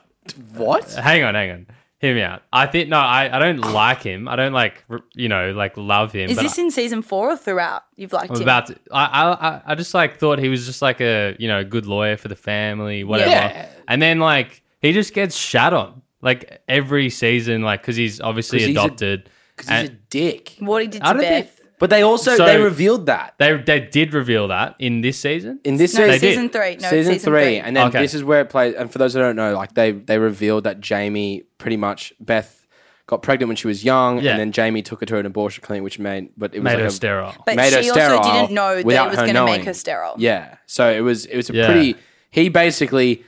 Speaker 8: what?
Speaker 7: Hang on, hang on. Hear me out. I think no, I, I don't like him. I don't like r- you know like love him.
Speaker 9: Is
Speaker 7: but
Speaker 9: this in season four or throughout? You've
Speaker 7: I
Speaker 9: liked
Speaker 7: was
Speaker 9: him.
Speaker 7: about to. I, I I- I just like thought he was just like a you know good lawyer for the family, whatever.
Speaker 9: Yeah.
Speaker 7: And then like he just gets shat on like every season, like because he's obviously
Speaker 8: 'Cause he's a-
Speaker 7: adopted. Because
Speaker 8: he's a dick.
Speaker 9: What he did to
Speaker 8: I don't
Speaker 9: Beth.
Speaker 8: think. But they also
Speaker 7: So-
Speaker 8: they revealed that
Speaker 7: They they did reveal that in this season.
Speaker 8: in this
Speaker 9: No,
Speaker 8: season,
Speaker 9: season three. No,
Speaker 8: season,
Speaker 9: season
Speaker 8: three.
Speaker 9: three.
Speaker 8: and then
Speaker 7: Okay.
Speaker 8: this is where it plays. And for those who don't know, like they they revealed that Jamie pretty much Beth got pregnant when she was young,
Speaker 7: Yeah.
Speaker 8: and then Jamie took her to an abortion clinic, which made but it was
Speaker 7: Made
Speaker 8: like
Speaker 7: her
Speaker 8: a-
Speaker 7: sterile.
Speaker 9: But
Speaker 8: made her
Speaker 9: she also didn't
Speaker 8: sterile
Speaker 9: know that it
Speaker 8: without
Speaker 9: was
Speaker 8: her
Speaker 9: gonna make
Speaker 8: knowing.
Speaker 9: her sterile.
Speaker 8: Yeah, so it was it was a
Speaker 7: Yeah.
Speaker 8: pretty. He basically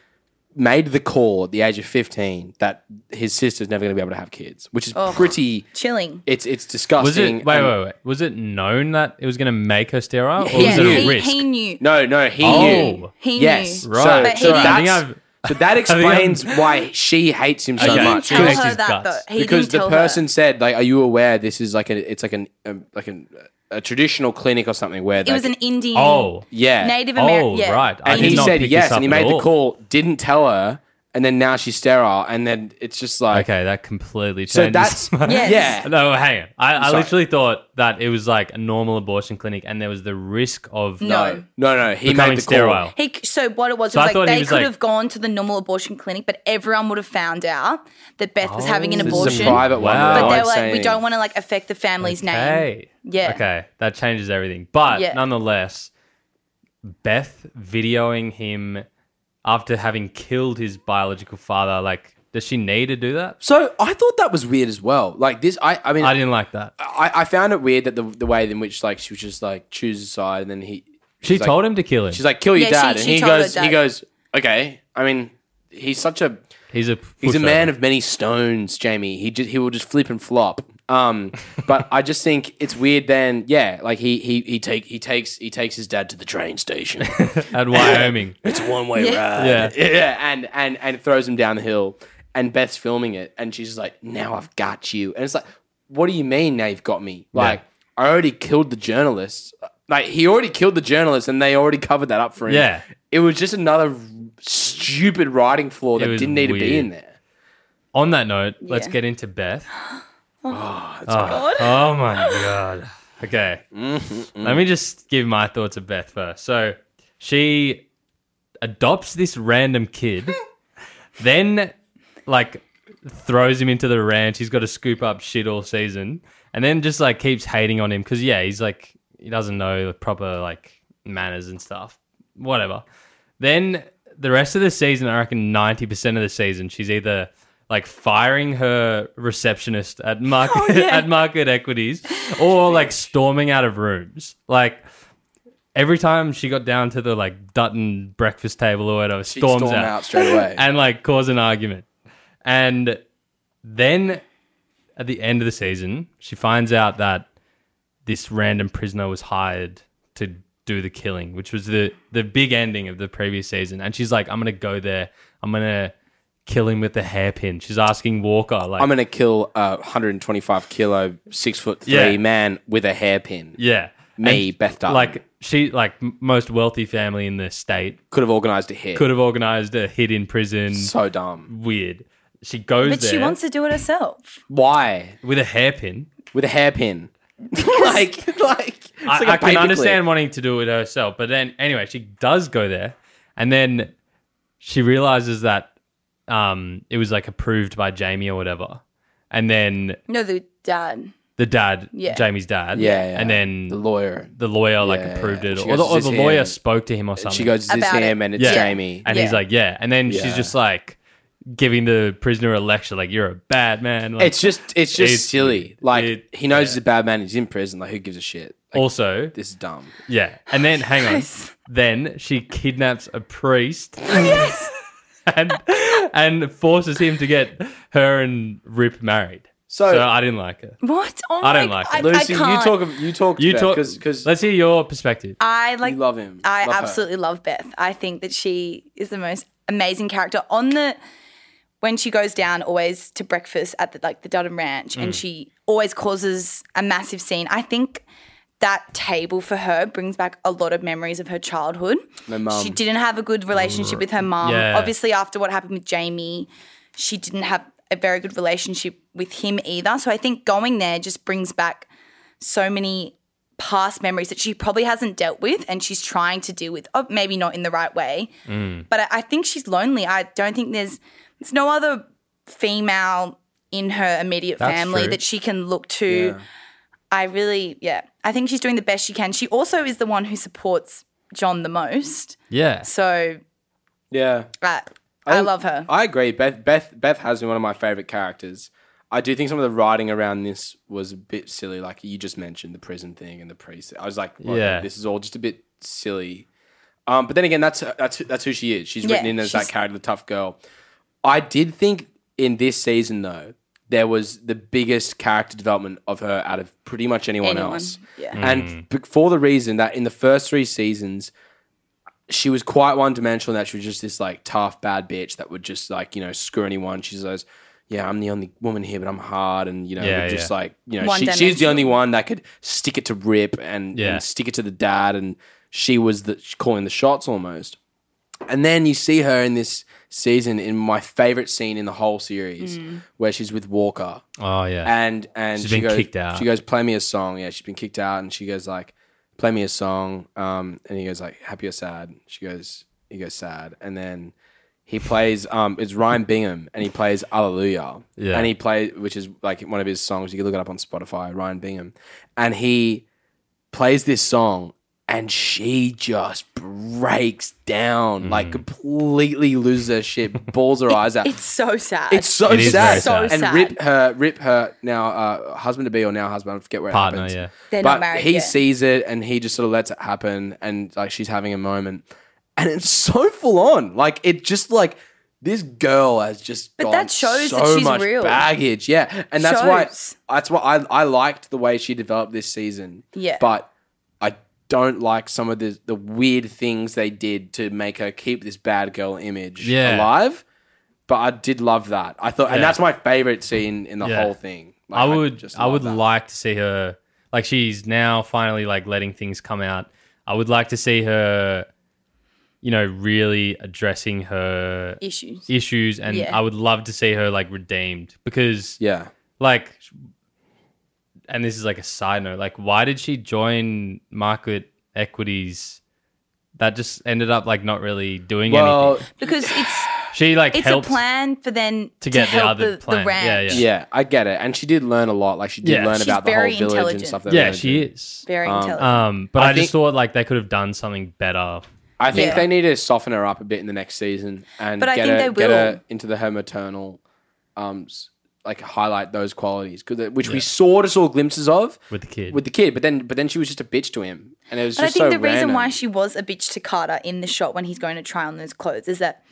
Speaker 8: made the call at the age of fifteen that his sister's never going to be able to have kids, which is
Speaker 9: Oh,
Speaker 8: pretty.
Speaker 9: chilling.
Speaker 8: It's it's
Speaker 7: Was
Speaker 8: disgusting.
Speaker 7: it? Wait,
Speaker 8: and-
Speaker 7: wait, wait. Was it known that it was going to make her sterile, or was it a
Speaker 9: he,
Speaker 7: risk?
Speaker 9: he knew.
Speaker 8: No, no, he
Speaker 7: Oh.
Speaker 8: knew.
Speaker 9: He
Speaker 8: yes,
Speaker 9: knew.
Speaker 8: So,
Speaker 9: But
Speaker 8: so
Speaker 9: he- I
Speaker 8: that's-
Speaker 9: think
Speaker 7: I've-
Speaker 8: so that
Speaker 7: I think I'm-
Speaker 8: explains why she hates him so
Speaker 7: Okay.
Speaker 8: much.
Speaker 7: He didn't tell her that, though.
Speaker 9: He
Speaker 8: because
Speaker 9: didn't tell
Speaker 8: the person said, like, "Are you aware this is like a? It's like an um, like an, a traditional clinic or something where
Speaker 9: It was an Indian.
Speaker 7: Oh.
Speaker 8: yeah,
Speaker 9: Native American. yeah.
Speaker 8: And he said yes, and he made the call. Didn't tell her, and then now she's sterile, and then it's just like
Speaker 7: okay, that completely
Speaker 8: So
Speaker 7: changes
Speaker 8: that's-
Speaker 7: my-
Speaker 8: Yes. yeah.
Speaker 7: No, hang on. I, I
Speaker 8: Sorry.
Speaker 7: literally thought that it was like a normal abortion clinic, and there was the risk of
Speaker 9: No.
Speaker 8: no, no. He
Speaker 7: becoming
Speaker 8: made the call.
Speaker 7: sterile.
Speaker 9: He so what it was
Speaker 7: So I
Speaker 9: was
Speaker 7: thought
Speaker 9: like
Speaker 7: he
Speaker 9: they
Speaker 7: was
Speaker 9: could
Speaker 7: like-
Speaker 9: have gone to the normal abortion clinic, but everyone would have found out that Beth was having an
Speaker 8: This is a
Speaker 9: abortion.
Speaker 8: private one,
Speaker 7: Oh. Wow.
Speaker 9: But they
Speaker 7: I'd
Speaker 9: were like, we
Speaker 7: say-
Speaker 9: don't want to like affect the family's name.
Speaker 7: Okay.
Speaker 9: Yeah.
Speaker 7: Okay, that changes everything. But
Speaker 9: Yeah.
Speaker 7: nonetheless, Beth videoing him after having killed his biological father, like, does she need to do that?
Speaker 8: So I thought that was weird as well. Like this, I, I mean,
Speaker 7: I didn't like that.
Speaker 8: I, I found it weird that the the way in which like she was just like chooses a side, and then he.
Speaker 7: She
Speaker 8: she's like-
Speaker 7: told him to kill him.
Speaker 8: She's like, kill your
Speaker 7: Yeah, she-
Speaker 8: dad,
Speaker 7: she
Speaker 8: and he
Speaker 7: told her
Speaker 8: goes, he
Speaker 7: dad.
Speaker 8: goes, okay. I mean, he's such a
Speaker 7: he's a
Speaker 8: he's a
Speaker 7: pushover.
Speaker 8: man of many stones, Jamie. He just he will just flip and flop. Um, but I just think it's weird. Then yeah, like he he he take he takes he takes his dad to the train station.
Speaker 7: At Wyoming.
Speaker 8: it's a one way
Speaker 7: Yeah.
Speaker 8: ride.
Speaker 7: Yeah.
Speaker 8: and and and throws him down the hill. And Beth's filming it, and she's just like, "Now I've got you." And it's like, "What do you mean? Now you've got me?
Speaker 7: Yeah.
Speaker 8: Like I already killed the journalist. Like he already killed the journalist, and they already covered that up for him.
Speaker 7: Yeah.
Speaker 8: it was just another stupid writing flaw
Speaker 7: It
Speaker 8: that
Speaker 7: was
Speaker 8: didn't need to be
Speaker 7: weird.
Speaker 8: in there.
Speaker 7: On that note, let's
Speaker 8: Yeah.
Speaker 7: get into Beth.
Speaker 8: Oh,
Speaker 7: Oh, oh my god. Okay.
Speaker 8: Mm-hmm.
Speaker 7: Let me just give my thoughts of Beth first. So she adopts this random kid, then like throws him into the ranch. He's got to scoop up shit all season. and then just like keeps hating on him because yeah, he's like he doesn't know the proper like manners and stuff. Whatever. Then the rest of the season, I reckon ninety percent of the season, she's either like firing her receptionist at market
Speaker 14: Oh, yeah.
Speaker 7: at market equities or like storming out of rooms. Like every time she got down to the like Dutton breakfast table or whatever,
Speaker 8: She'd
Speaker 7: storms
Speaker 8: storm out straight away.
Speaker 7: and like cause an argument. And then at the end of the season, she finds out that this random prisoner was hired to do the killing, which was the the big ending of the previous season. And she's like, "I'm gonna go there. I'm gonna kill him with the hairpin." She's asking Walker, like,
Speaker 8: I'm gonna kill a 125 kilo, six foot three
Speaker 7: Yeah.
Speaker 8: man with a hairpin.
Speaker 7: Yeah.
Speaker 8: Me,
Speaker 7: And,
Speaker 8: Beth Dutton.
Speaker 7: Like she, like m- most wealthy family in the state,
Speaker 8: could have organized a hit.
Speaker 7: Could have organized a hit in prison.
Speaker 8: So dumb.
Speaker 7: Weird. She goes
Speaker 9: but
Speaker 7: there.
Speaker 9: she wants to do it herself.
Speaker 8: Why?
Speaker 7: With a hairpin.
Speaker 8: With a hairpin.
Speaker 7: I,
Speaker 8: like a
Speaker 7: I can
Speaker 8: paperclip.
Speaker 7: understand wanting to do it herself, but then anyway, she does go there, and then she realizes that um, it was like approved by Jamie or whatever, and then
Speaker 9: No, the dad.
Speaker 7: the dad,
Speaker 9: Yeah.
Speaker 7: Jamie's dad,
Speaker 8: Yeah, yeah.
Speaker 7: and then the
Speaker 8: lawyer,
Speaker 7: the lawyer like
Speaker 8: Yeah,
Speaker 7: approved
Speaker 8: yeah.
Speaker 7: it,
Speaker 8: She
Speaker 7: or
Speaker 8: goes,
Speaker 7: the,
Speaker 8: "Is
Speaker 7: or
Speaker 8: this
Speaker 7: the lawyer
Speaker 8: him?"
Speaker 7: spoke to him or
Speaker 8: She
Speaker 7: something.
Speaker 8: goes, "Is this About him?" it. and it's Jamie.
Speaker 7: and he's
Speaker 8: Yeah.
Speaker 7: like, yeah, and then she's
Speaker 8: Yeah.
Speaker 7: just like giving the prisoner a lecture, like you're a bad man. Like,
Speaker 8: it's just it's just silly. Like
Speaker 7: it-
Speaker 8: he knows he's a bad man. He's in prison. Like who gives a shit? Like,
Speaker 7: also,
Speaker 8: this is dumb.
Speaker 7: Yeah. And then hang on.
Speaker 8: Yes.
Speaker 7: Then she kidnaps a priest. yes. And and forces him to get her and Rip married. So,
Speaker 8: So-
Speaker 7: I didn't like it.
Speaker 9: What? Oh my
Speaker 7: I don't like
Speaker 9: I-
Speaker 7: it.
Speaker 9: I Lucy, you can't. talk of-
Speaker 8: you talk
Speaker 7: You
Speaker 8: Beth,
Speaker 7: talk
Speaker 8: 'cause-
Speaker 7: cuz Let's hear your perspective.
Speaker 9: I like
Speaker 8: love him.
Speaker 9: I
Speaker 8: Love her.
Speaker 9: absolutely love Beth. I think that she is the most amazing character on the when she goes down always to breakfast at the like the Dudham Ranch
Speaker 15: Mm.
Speaker 9: and she always causes a massive scene. I think that table for her brings back a lot of memories of her childhood.
Speaker 8: My mum. Mm.
Speaker 9: She didn't have a good relationship with her mum.
Speaker 8: Yeah.
Speaker 9: Obviously after what happened with Jamie, she didn't have a very good relationship with him either. So I think going there just brings back so many past memories that she probably hasn't dealt with and she's trying to deal with, oh, maybe not in the right way. But I, I think she's lonely. I don't think there's there's no other female in her immediate
Speaker 15: That's
Speaker 9: family
Speaker 15: true.
Speaker 9: that she can look to.
Speaker 15: Yeah.
Speaker 9: I really, yeah, I think she's doing the best she can. She also is the one who supports John the most.
Speaker 7: Yeah.
Speaker 9: So
Speaker 8: Yeah.
Speaker 9: uh,
Speaker 8: I
Speaker 9: I
Speaker 8: think-
Speaker 9: love her.
Speaker 8: I agree. Beth Beth Beth has been one of my favorite characters. I do think some of the writing around this was a bit silly. Like you just mentioned the prison thing and the priest. I was like, well,
Speaker 7: Yeah.
Speaker 8: this is all just a bit silly. Um, but then again, that's that's that's who she is. She's
Speaker 7: Yeah,
Speaker 8: written in as that
Speaker 7: she's-
Speaker 8: character, the tough girl. I did think in this season though, there was the biggest character development of her out of pretty much anyone,
Speaker 7: Anyone,
Speaker 8: else.
Speaker 7: yeah.
Speaker 8: And b- for the reason that in the first three seasons, she was quite one dimensional and that she was just this like tough bad bitch that would just like you know screw anyone she's those yeah i'm the only woman here but i'm hard and you know
Speaker 7: Yeah,
Speaker 8: would just
Speaker 7: yeah.
Speaker 8: like you know
Speaker 7: One
Speaker 8: she, she's the
Speaker 7: dimensional.
Speaker 8: only one that could stick it to rip and,
Speaker 7: Yeah.
Speaker 8: and stick it to the dad and she was the calling the shots almost and then you see her in this season in my favorite scene in the whole series
Speaker 7: Mm.
Speaker 8: where she's with walker
Speaker 7: Oh yeah.
Speaker 8: and and
Speaker 7: She's
Speaker 8: she
Speaker 7: been
Speaker 8: goes,
Speaker 7: kicked out.
Speaker 8: She goes, "Play me a song." Yeah, she's been kicked out, and she goes like, "Play me a song." Um, and he goes like, "Happy or sad?" She goes, he goes sad, and then he plays. Um, it's Ryan Bingham, and he plays Alleluia.
Speaker 7: Yeah.
Speaker 8: and he plays, which is like one of his songs. You can look it up on Spotify. Ryan Bingham, and he plays this song. And she just breaks down,
Speaker 7: Mm.
Speaker 8: like completely loses her shit, balls her eyes out.
Speaker 9: It's so sad.
Speaker 8: It's so
Speaker 7: It is
Speaker 8: sad.
Speaker 7: very So sad.
Speaker 8: And
Speaker 9: sad.
Speaker 8: rip her, rip her now, uh, husband to be or now husband. I forget where
Speaker 7: Partner,
Speaker 8: it happens.
Speaker 7: yeah.
Speaker 9: They're
Speaker 8: but
Speaker 9: not married
Speaker 8: he
Speaker 9: yet.
Speaker 8: sees it and he just sort of lets it happen, and like she's having a moment, and it's so full on. Like it just like this girl has just
Speaker 9: But
Speaker 8: gone
Speaker 9: that shows
Speaker 8: so
Speaker 9: that she's
Speaker 8: much
Speaker 9: real.
Speaker 8: baggage, yeah. And that's
Speaker 9: Shows.
Speaker 8: why that's why I I liked the way she developed this season,
Speaker 9: Yeah.
Speaker 8: But I don't like some of the the weird things they did to make her keep this bad girl image
Speaker 7: Yeah.
Speaker 8: alive. But I did love that. I thought, and
Speaker 7: Yeah.
Speaker 8: that's my favorite scene in the
Speaker 7: Yeah.
Speaker 8: whole thing.
Speaker 7: I would I would like to see her like she's now finally like letting things come out. I would like to see her you know really addressing her
Speaker 9: Issues.
Speaker 7: issues and
Speaker 9: Yeah.
Speaker 7: I would love to see her like redeemed because
Speaker 8: yeah.
Speaker 7: Like and this is like a side note like why did she join market equities that just ended up like not really doing
Speaker 8: Well,
Speaker 7: anything.
Speaker 9: because it's
Speaker 7: She like
Speaker 9: it's a
Speaker 7: helped
Speaker 9: plan for then
Speaker 7: to get the
Speaker 9: help
Speaker 7: other plan. Yeah,
Speaker 8: yeah.
Speaker 7: yeah.
Speaker 8: I get it. And she did learn a lot. Like she did
Speaker 7: Yeah.
Speaker 8: learn
Speaker 7: She's
Speaker 8: about the
Speaker 9: very
Speaker 8: whole village and
Speaker 9: intelligent.
Speaker 8: stuff. That
Speaker 7: yeah,
Speaker 8: they
Speaker 7: she
Speaker 8: do.
Speaker 7: is
Speaker 9: Very
Speaker 8: Um,
Speaker 9: intelligent.
Speaker 7: Um, but I,
Speaker 8: I
Speaker 7: just
Speaker 8: think-
Speaker 7: thought like they could have done something better.
Speaker 8: I think
Speaker 9: Yeah.
Speaker 8: they need to soften her up a bit in the next season and
Speaker 9: But I
Speaker 8: get
Speaker 9: think
Speaker 8: her
Speaker 9: they
Speaker 8: get
Speaker 9: will.
Speaker 8: her into the her maternal, um, s- like highlight those qualities 'cause that- which we sort of saw glimpses of
Speaker 7: with the kid.
Speaker 8: With the kid, but then but then she was just a bitch to him, and it was
Speaker 9: But I
Speaker 8: just
Speaker 9: think
Speaker 8: so
Speaker 9: the reason
Speaker 8: random.
Speaker 9: why she was a bitch to Carter in the shot when he's going to try on those clothes is that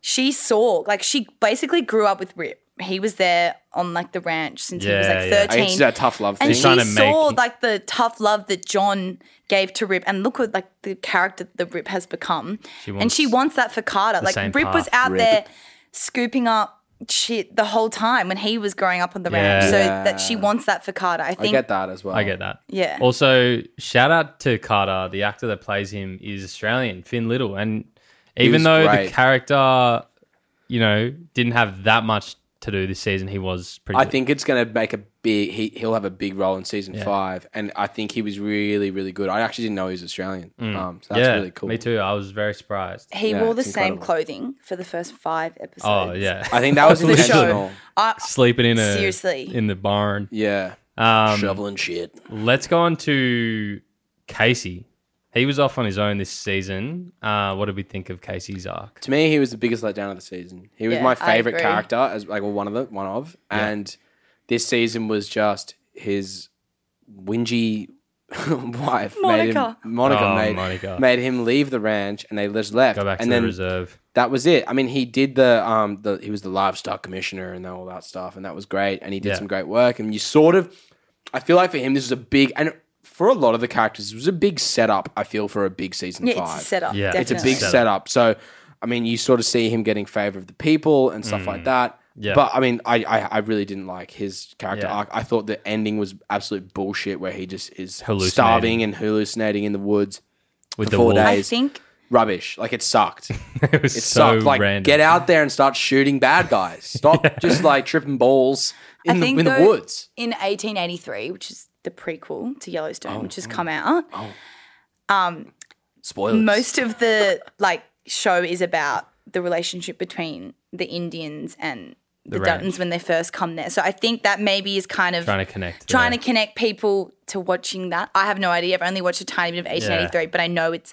Speaker 9: she saw, like, she basically grew up with Rip. He was there on like the ranch since he was
Speaker 8: Yeah, yeah.
Speaker 9: like thirteen.
Speaker 8: It's that tough love
Speaker 9: and
Speaker 8: thing.
Speaker 9: she
Speaker 8: Trying to make-
Speaker 9: saw like the tough love that John gave to Rip, and look what like the character that Rip has become.
Speaker 14: She
Speaker 9: and
Speaker 14: wants
Speaker 9: she wants that for Carter.
Speaker 14: the
Speaker 9: Like
Speaker 14: same
Speaker 9: Rip was
Speaker 14: path,
Speaker 9: out
Speaker 14: Rip.
Speaker 9: there scooping up shit the whole time when he was growing up on the ranch.
Speaker 7: Yeah.
Speaker 9: So that she wants that for Carter. I think
Speaker 8: that as well.
Speaker 7: I get that.
Speaker 9: Yeah.
Speaker 7: Also, shout out to Carter. The actor that plays him is Australian, Finn Little, and
Speaker 8: He
Speaker 7: even
Speaker 8: was
Speaker 7: though
Speaker 8: great.
Speaker 7: the character, you know, didn't have that much to do this season, he was pretty.
Speaker 8: I
Speaker 7: good.
Speaker 8: think it's going to make a big. He he'll have a big role in season
Speaker 7: Yeah.
Speaker 8: five, and I think he was really really good. I actually didn't know he was Australian.
Speaker 7: Mm.
Speaker 8: Um, so that's
Speaker 7: Yeah,
Speaker 8: really cool.
Speaker 7: Me too. I was very surprised.
Speaker 9: He wore the same clothing for the first five episodes.
Speaker 7: Oh yeah,
Speaker 8: I think that was
Speaker 9: The show. intentional. I-
Speaker 7: Sleeping in a
Speaker 9: Seriously.
Speaker 7: in the barn.
Speaker 8: Yeah,
Speaker 7: um,
Speaker 8: Shoveling shit.
Speaker 7: Let's go on to Casey. He was off on his own this season. Uh, what did we think of Casey's arc?
Speaker 8: To me, he was the biggest letdown of the season. He was
Speaker 7: Yeah,
Speaker 8: my
Speaker 7: I
Speaker 8: favorite
Speaker 7: agree.
Speaker 8: character as like well, one of the one of,
Speaker 7: Yeah.
Speaker 8: and this season was just his whingy wife
Speaker 7: Monica.
Speaker 8: made him Monica
Speaker 7: Oh,
Speaker 8: made
Speaker 7: Monica.
Speaker 8: made him leave the ranch, and they just left.
Speaker 7: Go back
Speaker 8: and
Speaker 7: to the
Speaker 8: then
Speaker 7: reserve.
Speaker 8: That was it. I mean, he did the um the he was the livestock commissioner and all that stuff, and that was great. And he did
Speaker 7: Yeah.
Speaker 8: some great work. And you sort of, I feel like for him, this was a big and. For a lot of the characters, this was a big setup. I feel for a big season
Speaker 9: Yeah, it's a
Speaker 8: five.
Speaker 9: setup, Yeah.
Speaker 8: it's a
Speaker 9: definitely.
Speaker 8: big
Speaker 9: Setup.
Speaker 8: setup up. So, I mean, you sort of see him getting favor of the people and stuff
Speaker 7: Mm.
Speaker 8: like that.
Speaker 7: Yeah.
Speaker 8: But I mean, I, I I really didn't like his character
Speaker 7: Yeah.
Speaker 8: arc. I thought the ending was absolute bullshit, where he just is
Speaker 7: Hallucinating.
Speaker 8: starving and hallucinating in the woods
Speaker 7: With
Speaker 8: for
Speaker 7: the
Speaker 8: four
Speaker 7: wolves.
Speaker 9: I
Speaker 8: days.
Speaker 9: think
Speaker 8: Rubbish. Like it sucked.
Speaker 7: it was so
Speaker 8: sucked. Like
Speaker 7: random.
Speaker 8: get out there and start shooting bad guys. Stop just like tripping balls in
Speaker 9: I
Speaker 8: the
Speaker 9: think
Speaker 8: in the
Speaker 9: though,
Speaker 8: woods.
Speaker 9: in 1883, which is the prequel to
Speaker 8: Oh,
Speaker 9: Yellowstone, which has come out. Um,
Speaker 8: Spoilers.
Speaker 9: Most of the like show is about the relationship between the Indians and
Speaker 7: The
Speaker 9: the,
Speaker 7: ranch.
Speaker 9: Duttons when they first come there. So I think that maybe is kind of
Speaker 7: Trying to connect.
Speaker 9: trying
Speaker 7: there.
Speaker 9: to connect people to watching that. I have no idea. I've only watched a tiny bit of 1883, but I know it's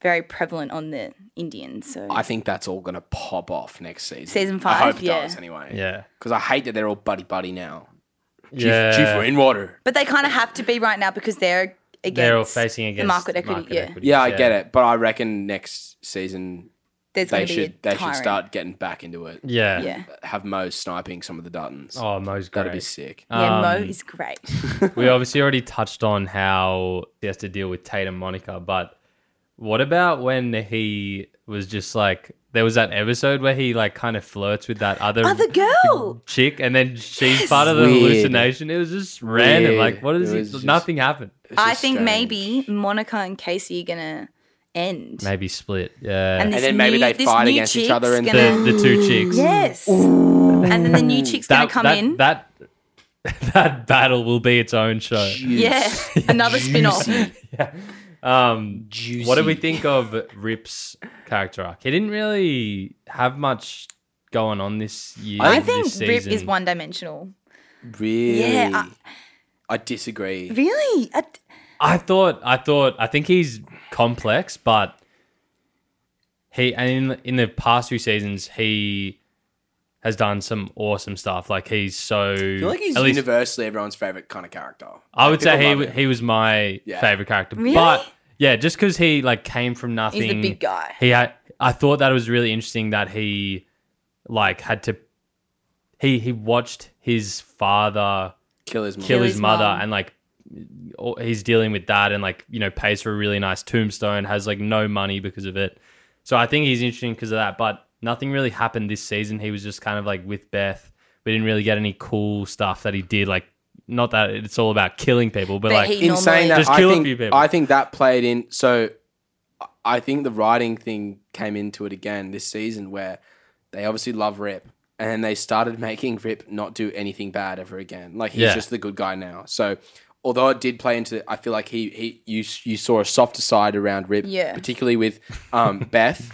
Speaker 9: very prevalent on the Indians. So
Speaker 8: I think that's all gonna pop off next season.
Speaker 9: Season
Speaker 8: I
Speaker 9: five,
Speaker 8: hope it
Speaker 9: yeah.
Speaker 8: does anyway.
Speaker 7: Yeah.
Speaker 8: Because I hate that they're all buddy buddy now. Chief,
Speaker 7: Yeah.
Speaker 8: Chief Rainwater.
Speaker 9: But they kind of have to be right now because they're against
Speaker 7: They're all facing
Speaker 9: the
Speaker 7: against
Speaker 9: market equity. yeah,
Speaker 8: Yeah, I get it, but I reckon next season
Speaker 9: There's
Speaker 8: they
Speaker 9: gonna be a
Speaker 8: should they should
Speaker 9: tyrant.
Speaker 8: start getting back into it.
Speaker 7: Yeah. Yeah.
Speaker 8: have Mo sniping some of the Duttons.
Speaker 7: Oh, Mo's
Speaker 8: That'd be
Speaker 7: great.
Speaker 8: sick.
Speaker 9: yeah, Mo
Speaker 7: Um,
Speaker 9: is great.
Speaker 7: we obviously already touched on how he has to deal with Tate and Monica, but what about when he was just like there was that episode where he like kind of flirts with that other
Speaker 9: Other girl.
Speaker 7: chick and then she's part of the
Speaker 8: Weird.
Speaker 7: hallucination. It was just random.
Speaker 8: Weird.
Speaker 7: Like what is
Speaker 8: It
Speaker 7: it?
Speaker 8: was just-
Speaker 7: Nothing happened.
Speaker 9: I think maybe Monica and Casey are gonna end.
Speaker 7: Maybe split. Yeah.
Speaker 9: And And this then maybe new- they this fight new against each chick's other in
Speaker 7: the,
Speaker 9: gonna-
Speaker 7: the two chicks.
Speaker 9: Yes. And then the new chick's gonna come
Speaker 7: that,
Speaker 9: in.
Speaker 7: That that battle will be its own show.
Speaker 9: yeah. Another spin off.
Speaker 7: Um, What do we think of Rip's character arc? He didn't really have much going on this year.
Speaker 9: I
Speaker 7: this
Speaker 9: think Rip
Speaker 7: season.
Speaker 9: is one dimensional.
Speaker 8: Really?
Speaker 9: Yeah,
Speaker 8: I, disagree.
Speaker 9: Really? I,
Speaker 7: I thought, I thought, I think he's complex, but he and in, in the past few seasons he has done some awesome stuff. Like he's so
Speaker 8: I feel like he's
Speaker 7: at least-
Speaker 8: universally everyone's favorite kind of character.
Speaker 7: I would
Speaker 8: People
Speaker 7: say he
Speaker 8: love
Speaker 7: wa-
Speaker 8: him.
Speaker 7: he was my
Speaker 8: Yeah.
Speaker 7: favorite character,
Speaker 8: Really?
Speaker 7: but yeah, just because he like came from nothing.
Speaker 8: big guy.
Speaker 7: He had. I thought that was really interesting that he like had to. He he watched his father
Speaker 8: kill his mom.
Speaker 7: kill
Speaker 8: Kill
Speaker 7: his
Speaker 8: his
Speaker 7: mother
Speaker 8: mom.
Speaker 7: and like all- he's dealing with that and like you know pays for a really nice tombstone has like no money because of it so i think he's interesting because of that but nothing really happened this season he was just kind of like with beth we didn't really get any cool stuff that he did like not that it's all about killing people but, like
Speaker 8: in saying that,
Speaker 7: just
Speaker 8: I
Speaker 7: kill
Speaker 8: think
Speaker 7: a few people
Speaker 8: I think that played in. So I- I think the writing thing came into it again this season, where they obviously love Rip, and they started making Rip not do anything bad ever again. Like he's
Speaker 7: Yeah.
Speaker 8: just the good guy now. So although it did play into, I feel like he he you you saw a softer side around Rip,
Speaker 7: Yeah.
Speaker 8: particularly with um, Beth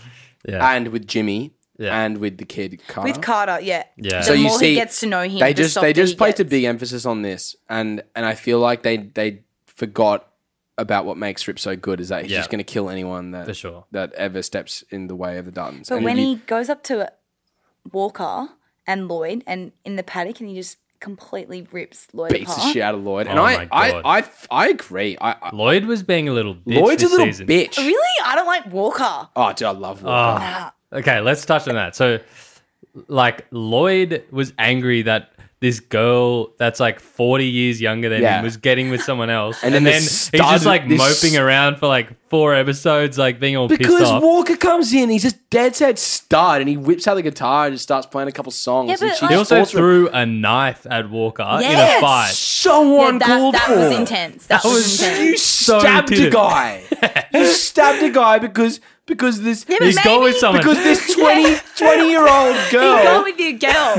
Speaker 7: Yeah.
Speaker 8: and with Jimmy. and with the kid Carter.
Speaker 9: With Carter, yeah. The
Speaker 8: So you
Speaker 9: more
Speaker 8: see,
Speaker 9: he gets to know him,
Speaker 8: they
Speaker 9: the
Speaker 8: just
Speaker 9: softer
Speaker 8: they just
Speaker 9: he
Speaker 8: placed
Speaker 9: gets.
Speaker 8: a big emphasis on this, and and I feel like they they forgot about what makes Rip so good is that he's
Speaker 7: Yeah.
Speaker 8: just going to kill anyone that
Speaker 7: For sure.
Speaker 8: that ever steps in the way of the Duttons.
Speaker 9: But
Speaker 8: And if
Speaker 9: when
Speaker 8: you-
Speaker 9: he goes up to Walker and Lloyd and in the paddock and he just completely rips Lloyd
Speaker 8: beats the
Speaker 9: apart.
Speaker 8: shit out of Lloyd, and
Speaker 7: Oh
Speaker 8: I,
Speaker 7: my God.
Speaker 8: I I I agree. I, I
Speaker 7: Lloyd was being a little bitch.
Speaker 8: Lloyd's a
Speaker 7: this
Speaker 8: little
Speaker 7: season.
Speaker 8: bitch.
Speaker 9: Really? I don't like Walker.
Speaker 8: Oh, dude, I love Walker.
Speaker 7: Ah. okay, let's touch on that. So, like, Lloyd was angry that this girl that's like 40 years younger than
Speaker 8: Yeah.
Speaker 7: him was getting with someone else.
Speaker 8: And
Speaker 7: And,
Speaker 8: then
Speaker 7: then,
Speaker 8: this
Speaker 7: he's just
Speaker 8: stud-
Speaker 7: like
Speaker 8: this-
Speaker 7: moping around for like four episodes, like being all
Speaker 8: Because
Speaker 7: pissed off.
Speaker 8: Walker comes in, he's just dead set stud, and he whips out the guitar and just starts playing a couple songs.
Speaker 9: Yeah,
Speaker 8: and
Speaker 9: but,
Speaker 8: she
Speaker 9: like-
Speaker 7: he
Speaker 8: just
Speaker 7: also
Speaker 8: falls for-
Speaker 7: threw a knife at Walker in
Speaker 9: Yes!
Speaker 7: a fight.
Speaker 8: someone
Speaker 9: that,
Speaker 8: called
Speaker 9: that
Speaker 8: for.
Speaker 9: was intense. That,
Speaker 7: That
Speaker 9: was,
Speaker 7: was-
Speaker 9: intense.
Speaker 8: You
Speaker 7: So
Speaker 8: stabbed a
Speaker 7: did it.
Speaker 8: guy. you stabbed a guy because because this
Speaker 9: but He's
Speaker 7: gone with maybe- someone.
Speaker 8: because this 20, 20 year old
Speaker 9: You go
Speaker 8: girl.
Speaker 9: with your girl.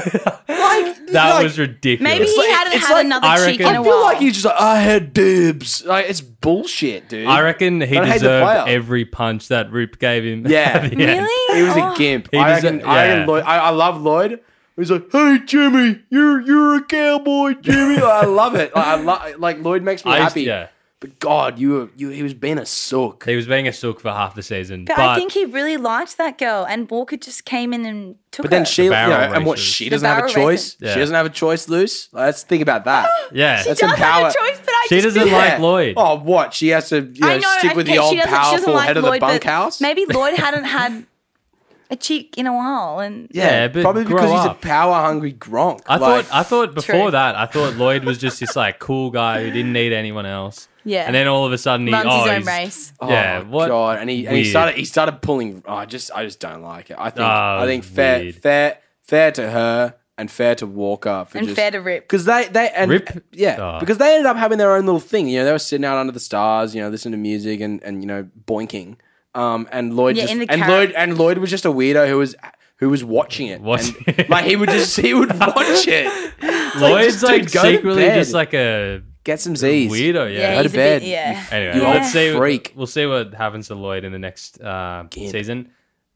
Speaker 8: Like
Speaker 7: That
Speaker 8: like,
Speaker 7: was ridiculous.
Speaker 9: Maybe he hadn't
Speaker 8: it's
Speaker 9: had
Speaker 8: like-
Speaker 9: another
Speaker 7: I
Speaker 9: chick
Speaker 7: reckon-
Speaker 9: in
Speaker 8: I
Speaker 9: a
Speaker 8: feel
Speaker 9: while.
Speaker 8: like he's just like I had dibs. Like it's bullshit, dude.
Speaker 7: I reckon he
Speaker 8: But I hate the
Speaker 7: deserved
Speaker 8: player.
Speaker 7: every punch that Roop gave him.
Speaker 8: Yeah.
Speaker 7: at the end.
Speaker 9: really?
Speaker 8: He was
Speaker 9: Oh.
Speaker 8: a gimp.
Speaker 7: He
Speaker 8: I,
Speaker 7: was a-
Speaker 8: reckon, I, reckon
Speaker 7: yeah.
Speaker 8: Lloyd, I, I love Lloyd. He's like, "Hey Jimmy, you're you're a cowboy, Jimmy." I love it. Like, I lo- like Lloyd makes me
Speaker 7: I used-
Speaker 8: happy.
Speaker 7: yeah.
Speaker 8: But God, you were you he was being a sook.
Speaker 7: He was being a sook for half the season.
Speaker 9: But,
Speaker 7: But,
Speaker 9: I think he really liked that girl, and Walker just came in and took
Speaker 8: But then
Speaker 9: her.
Speaker 8: she, you know,
Speaker 7: barrel
Speaker 8: and what
Speaker 7: races.
Speaker 8: she
Speaker 9: The
Speaker 8: doesn't have a
Speaker 9: barrel
Speaker 8: choice.
Speaker 9: races.
Speaker 7: Yeah.
Speaker 8: She doesn't have a choice, Luce. Let's think about that.
Speaker 7: yeah.
Speaker 9: she
Speaker 8: that's
Speaker 9: does have a
Speaker 8: empower-
Speaker 9: choice, but I
Speaker 7: She
Speaker 9: just
Speaker 7: doesn't
Speaker 9: feel-
Speaker 7: like Lloyd.
Speaker 8: Oh, what? She has to you know,
Speaker 9: I know.
Speaker 8: stick with
Speaker 9: okay,
Speaker 8: the old
Speaker 9: she doesn't- she doesn't
Speaker 8: powerful
Speaker 9: like
Speaker 8: head of the
Speaker 9: Lloyd, but
Speaker 8: bunkhouse.
Speaker 9: Maybe Lloyd hadn't had a chick in a while, and
Speaker 8: yeah,
Speaker 7: Yeah, but
Speaker 8: probably because
Speaker 7: grow
Speaker 8: he's a
Speaker 7: up.
Speaker 8: power hungry gronk.
Speaker 7: I
Speaker 8: Like,
Speaker 7: thought I thought before
Speaker 9: True.
Speaker 7: that I thought Lloyd was just this like cool guy who didn't need anyone else.
Speaker 9: Yeah.
Speaker 7: And then all of a sudden he
Speaker 9: runs
Speaker 7: oh,
Speaker 9: his own
Speaker 7: he's-
Speaker 9: race.
Speaker 8: Oh
Speaker 7: Yeah. what?
Speaker 8: God! And he and he
Speaker 7: weird.
Speaker 8: started he started pulling. Oh, I just I just don't like it. I think
Speaker 7: Ah,
Speaker 8: I
Speaker 7: it
Speaker 8: think
Speaker 7: was
Speaker 8: fair
Speaker 7: weird.
Speaker 8: fair fair to her and fair to Walker for
Speaker 9: And
Speaker 8: just,
Speaker 9: fair to Rip.
Speaker 8: because they they and
Speaker 7: Rip?
Speaker 8: yeah
Speaker 7: Ah.
Speaker 8: because they ended up having their own little thing. You know, they were sitting out under the stars. You know, listening to music and and you know boinking. Um, and Lloyd
Speaker 9: Yeah,
Speaker 8: just
Speaker 9: in the
Speaker 8: and
Speaker 9: car-
Speaker 8: Lloyd and Lloyd was just a weirdo who was who was watching it.
Speaker 7: Watching
Speaker 8: And,
Speaker 7: it.
Speaker 8: like he would just he would watch it.
Speaker 7: Lloyd's
Speaker 8: Dude,
Speaker 7: like
Speaker 8: go to
Speaker 7: secretly
Speaker 8: bed.
Speaker 7: just like a
Speaker 8: get some Z's.
Speaker 7: weirdo, yeah.
Speaker 9: Yeah,
Speaker 8: Go to
Speaker 9: he's a
Speaker 8: bed.
Speaker 9: bit. Yeah.
Speaker 7: Anyway,
Speaker 8: You
Speaker 7: let's
Speaker 8: old
Speaker 7: see.
Speaker 8: freak.
Speaker 7: We'll see what happens to Lloyd in the next uh, season.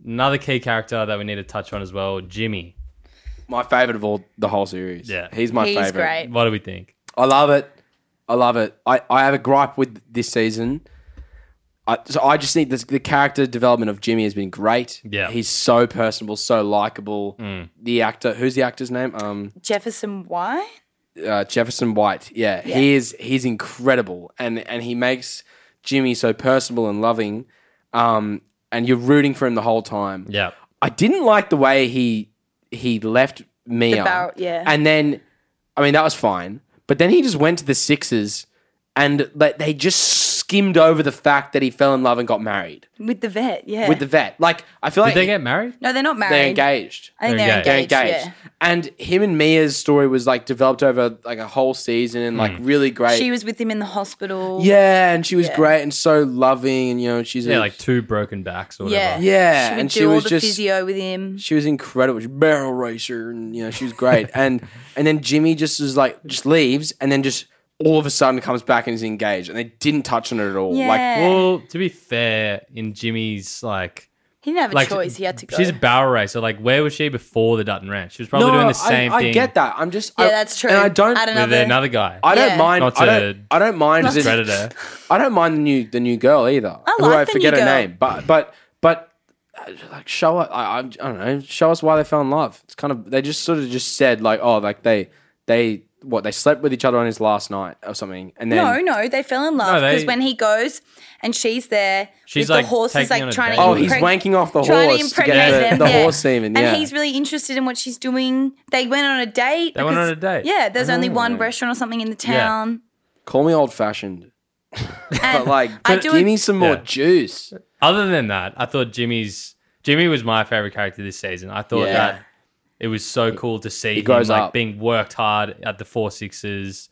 Speaker 7: Another key character that we need to touch on as well, Jimmy.
Speaker 8: My favorite of all the whole series.
Speaker 7: Yeah.
Speaker 8: he's my
Speaker 9: He's
Speaker 8: favorite.
Speaker 9: great.
Speaker 7: What do we think?
Speaker 8: I love it. I love it. I, I have a gripe with this season. I, so I just think this, the character development of Jimmy has been great.
Speaker 7: Yeah.
Speaker 8: he's so personable, so likable. The actor, who's the actor's name? Um,
Speaker 9: Jefferson White.
Speaker 8: uh, Jefferson White. Yeah, he is. He's incredible, and and he makes Jimmy so personable and loving. Um, and you're rooting for him the whole time.
Speaker 7: Yeah.
Speaker 8: I didn't like the way he he left Mia.
Speaker 9: The barrel- yeah.
Speaker 8: And then, I mean, that was fine. But then he just went to the Sixers, and like, they just skimmed over the fact that he fell in love and got married
Speaker 9: With the vet, yeah.
Speaker 8: with the vet. Like, I feel
Speaker 7: Did
Speaker 8: like
Speaker 7: they get married?
Speaker 9: no, they're not married.
Speaker 8: they're engaged.
Speaker 9: I think they're,
Speaker 7: They're
Speaker 9: engaged.
Speaker 8: They're engaged. And him and Mia's story was like developed over like a whole season and like
Speaker 7: Mm.
Speaker 8: really
Speaker 9: Yeah.
Speaker 8: great.
Speaker 9: She was with him in the hospital.
Speaker 8: yeah, and she was
Speaker 9: Yeah.
Speaker 8: great and so loving, and you know she's
Speaker 7: Yeah,
Speaker 8: a,
Speaker 7: like two broken backs or whatever.
Speaker 9: Yeah.
Speaker 8: yeah,
Speaker 9: She would
Speaker 8: and
Speaker 9: do
Speaker 8: she
Speaker 9: all
Speaker 8: was
Speaker 9: the
Speaker 8: just
Speaker 9: physio with him.
Speaker 8: she was incredible. She was a barrel racer, and you know she was great. and and then Jimmy just is like just leaves, and then just all of a sudden comes back and is engaged, and they didn't touch on it at all. Like
Speaker 9: Yeah.
Speaker 7: Well, to be fair, in Jimmy's like
Speaker 9: He didn't have a
Speaker 7: like
Speaker 9: choice. He had to go.
Speaker 7: She's a barrel racer. Like where was she before the Dutton Ranch? She was probably doing the same
Speaker 8: I,
Speaker 7: thing.
Speaker 8: I get that. I'm just
Speaker 9: yeah,
Speaker 8: I-
Speaker 9: that's true.
Speaker 8: And I don't.
Speaker 9: At
Speaker 8: I,
Speaker 7: With another,
Speaker 9: another,
Speaker 7: guy.
Speaker 8: don't
Speaker 9: Yeah.
Speaker 8: mind.
Speaker 7: Not
Speaker 8: I
Speaker 7: to-
Speaker 8: don't. I don't mind. the-
Speaker 7: Credit her.
Speaker 8: I don't mind the new the new girl either.
Speaker 9: I
Speaker 8: who
Speaker 9: like
Speaker 8: I
Speaker 9: the
Speaker 8: forget
Speaker 9: new
Speaker 8: her
Speaker 9: girl.
Speaker 8: name, but but but uh, like show us. I, I, I don't know. Show us why they fell in love. It's kind of they just sort of just said like oh like they they what they slept with each other on his last night or something, and then
Speaker 9: no, no, they fell in love
Speaker 7: No, they-
Speaker 9: because when he goes and she's there
Speaker 7: She's,
Speaker 9: with
Speaker 7: like,
Speaker 9: the horses,
Speaker 7: taking
Speaker 9: like
Speaker 7: on a
Speaker 9: trying to
Speaker 7: date.
Speaker 8: Oh, he's
Speaker 9: impreg-
Speaker 8: wanking off the
Speaker 9: trying
Speaker 8: horse to
Speaker 9: impregnate
Speaker 8: get
Speaker 9: them,
Speaker 8: the, the
Speaker 9: yeah.
Speaker 8: horse semen. Yeah,
Speaker 9: And he's really interested in what she's doing. They went on a date.
Speaker 7: They went on
Speaker 9: because-
Speaker 7: a date.
Speaker 9: Yeah, there's only
Speaker 8: Oh.
Speaker 9: one restaurant or something in the town.
Speaker 8: call me old fashioned,
Speaker 9: And
Speaker 8: but like
Speaker 9: I do
Speaker 8: give me some more
Speaker 7: Yeah.
Speaker 8: juice.
Speaker 7: Other than that, I thought Jimmy's Jimmy was my favorite character this season. I thought
Speaker 8: Yeah.
Speaker 7: that it was so cool to see
Speaker 8: He
Speaker 7: him
Speaker 8: grows
Speaker 7: like
Speaker 8: up.
Speaker 7: being worked hard at the four sixes,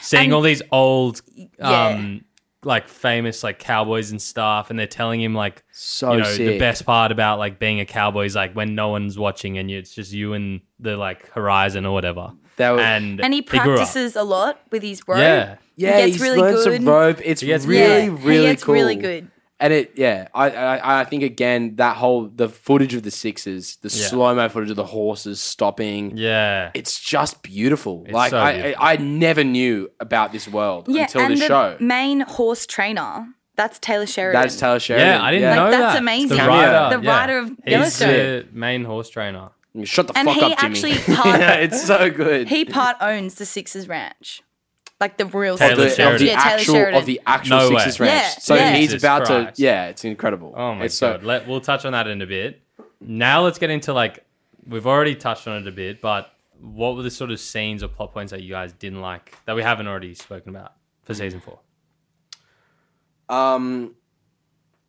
Speaker 7: seeing all these old
Speaker 9: Yeah.
Speaker 7: um like famous like cowboys and stuff, and they're telling him like
Speaker 8: So
Speaker 7: you know
Speaker 8: sick.
Speaker 7: the best part about like being a cowboy is like when no one's watching and you, it's just you and the like horizon or whatever.
Speaker 8: That was-
Speaker 7: and
Speaker 9: and he
Speaker 7: grew up.
Speaker 9: practices a lot with his rope.
Speaker 7: Yeah.
Speaker 9: He
Speaker 8: Yeah,
Speaker 9: gets
Speaker 8: he's
Speaker 9: really
Speaker 8: learned
Speaker 9: good.
Speaker 8: some rope. It's
Speaker 7: He gets
Speaker 8: really,
Speaker 9: yeah.
Speaker 8: really
Speaker 9: he gets
Speaker 8: cool.
Speaker 9: really good.
Speaker 8: And it, yeah, I, I, I think again that whole the footage of the sixes, the
Speaker 7: Yeah.
Speaker 8: slow mo footage of the horses stopping,
Speaker 7: Yeah.
Speaker 8: it's just beautiful.
Speaker 7: It's
Speaker 8: like
Speaker 7: so
Speaker 8: I,
Speaker 7: beautiful.
Speaker 8: I, I never knew about this world
Speaker 9: Yeah,
Speaker 8: until
Speaker 9: and
Speaker 8: this
Speaker 9: the
Speaker 8: show.
Speaker 9: main horse trainer. That's Taylor Sheridan.
Speaker 8: That's Taylor Sheridan.
Speaker 7: Yeah, I didn't know
Speaker 9: Like, that's
Speaker 7: that.
Speaker 9: amazing.
Speaker 7: The
Speaker 9: The
Speaker 7: rider,
Speaker 9: rider, the
Speaker 7: yeah.
Speaker 9: rider of
Speaker 7: He's the
Speaker 9: Yellowstone.
Speaker 7: main horse trainer.
Speaker 8: Shut the
Speaker 9: And fuck he up, Jimmy. actually part-
Speaker 8: yeah, it's so good.
Speaker 9: He part owns the Sixers Ranch, like the real
Speaker 8: Of the,
Speaker 9: Sixers Ranch.
Speaker 8: of the
Speaker 9: yeah,
Speaker 8: actual
Speaker 9: Taylor Sheridan.
Speaker 8: of the actual
Speaker 7: No way.
Speaker 8: Sixers ranch.
Speaker 9: Yeah,
Speaker 8: so
Speaker 9: yeah.
Speaker 8: he's
Speaker 7: Jesus
Speaker 8: about
Speaker 7: Christ.
Speaker 8: to. Yeah, it's incredible.
Speaker 7: Oh my
Speaker 8: it's
Speaker 7: god! Let, we'll touch on that in a bit. Now let's get into like we've already touched on it a bit, but what were the sort of scenes or plot points that you guys didn't like that we haven't already spoken about for season four?
Speaker 8: Um,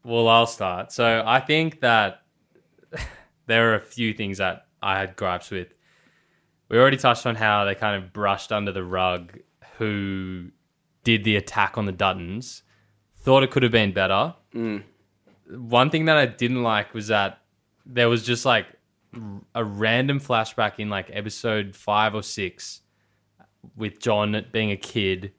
Speaker 7: Well, I'll start. So I think that there are a few things that I had gripes with. We already touched on how they kind of brushed under the rug who did the attack on the Duttons. Thought it could have been better.
Speaker 8: Mm.
Speaker 7: One thing that I didn't like was that there was just like r- a random flashback in like episode five or six with John being a kid,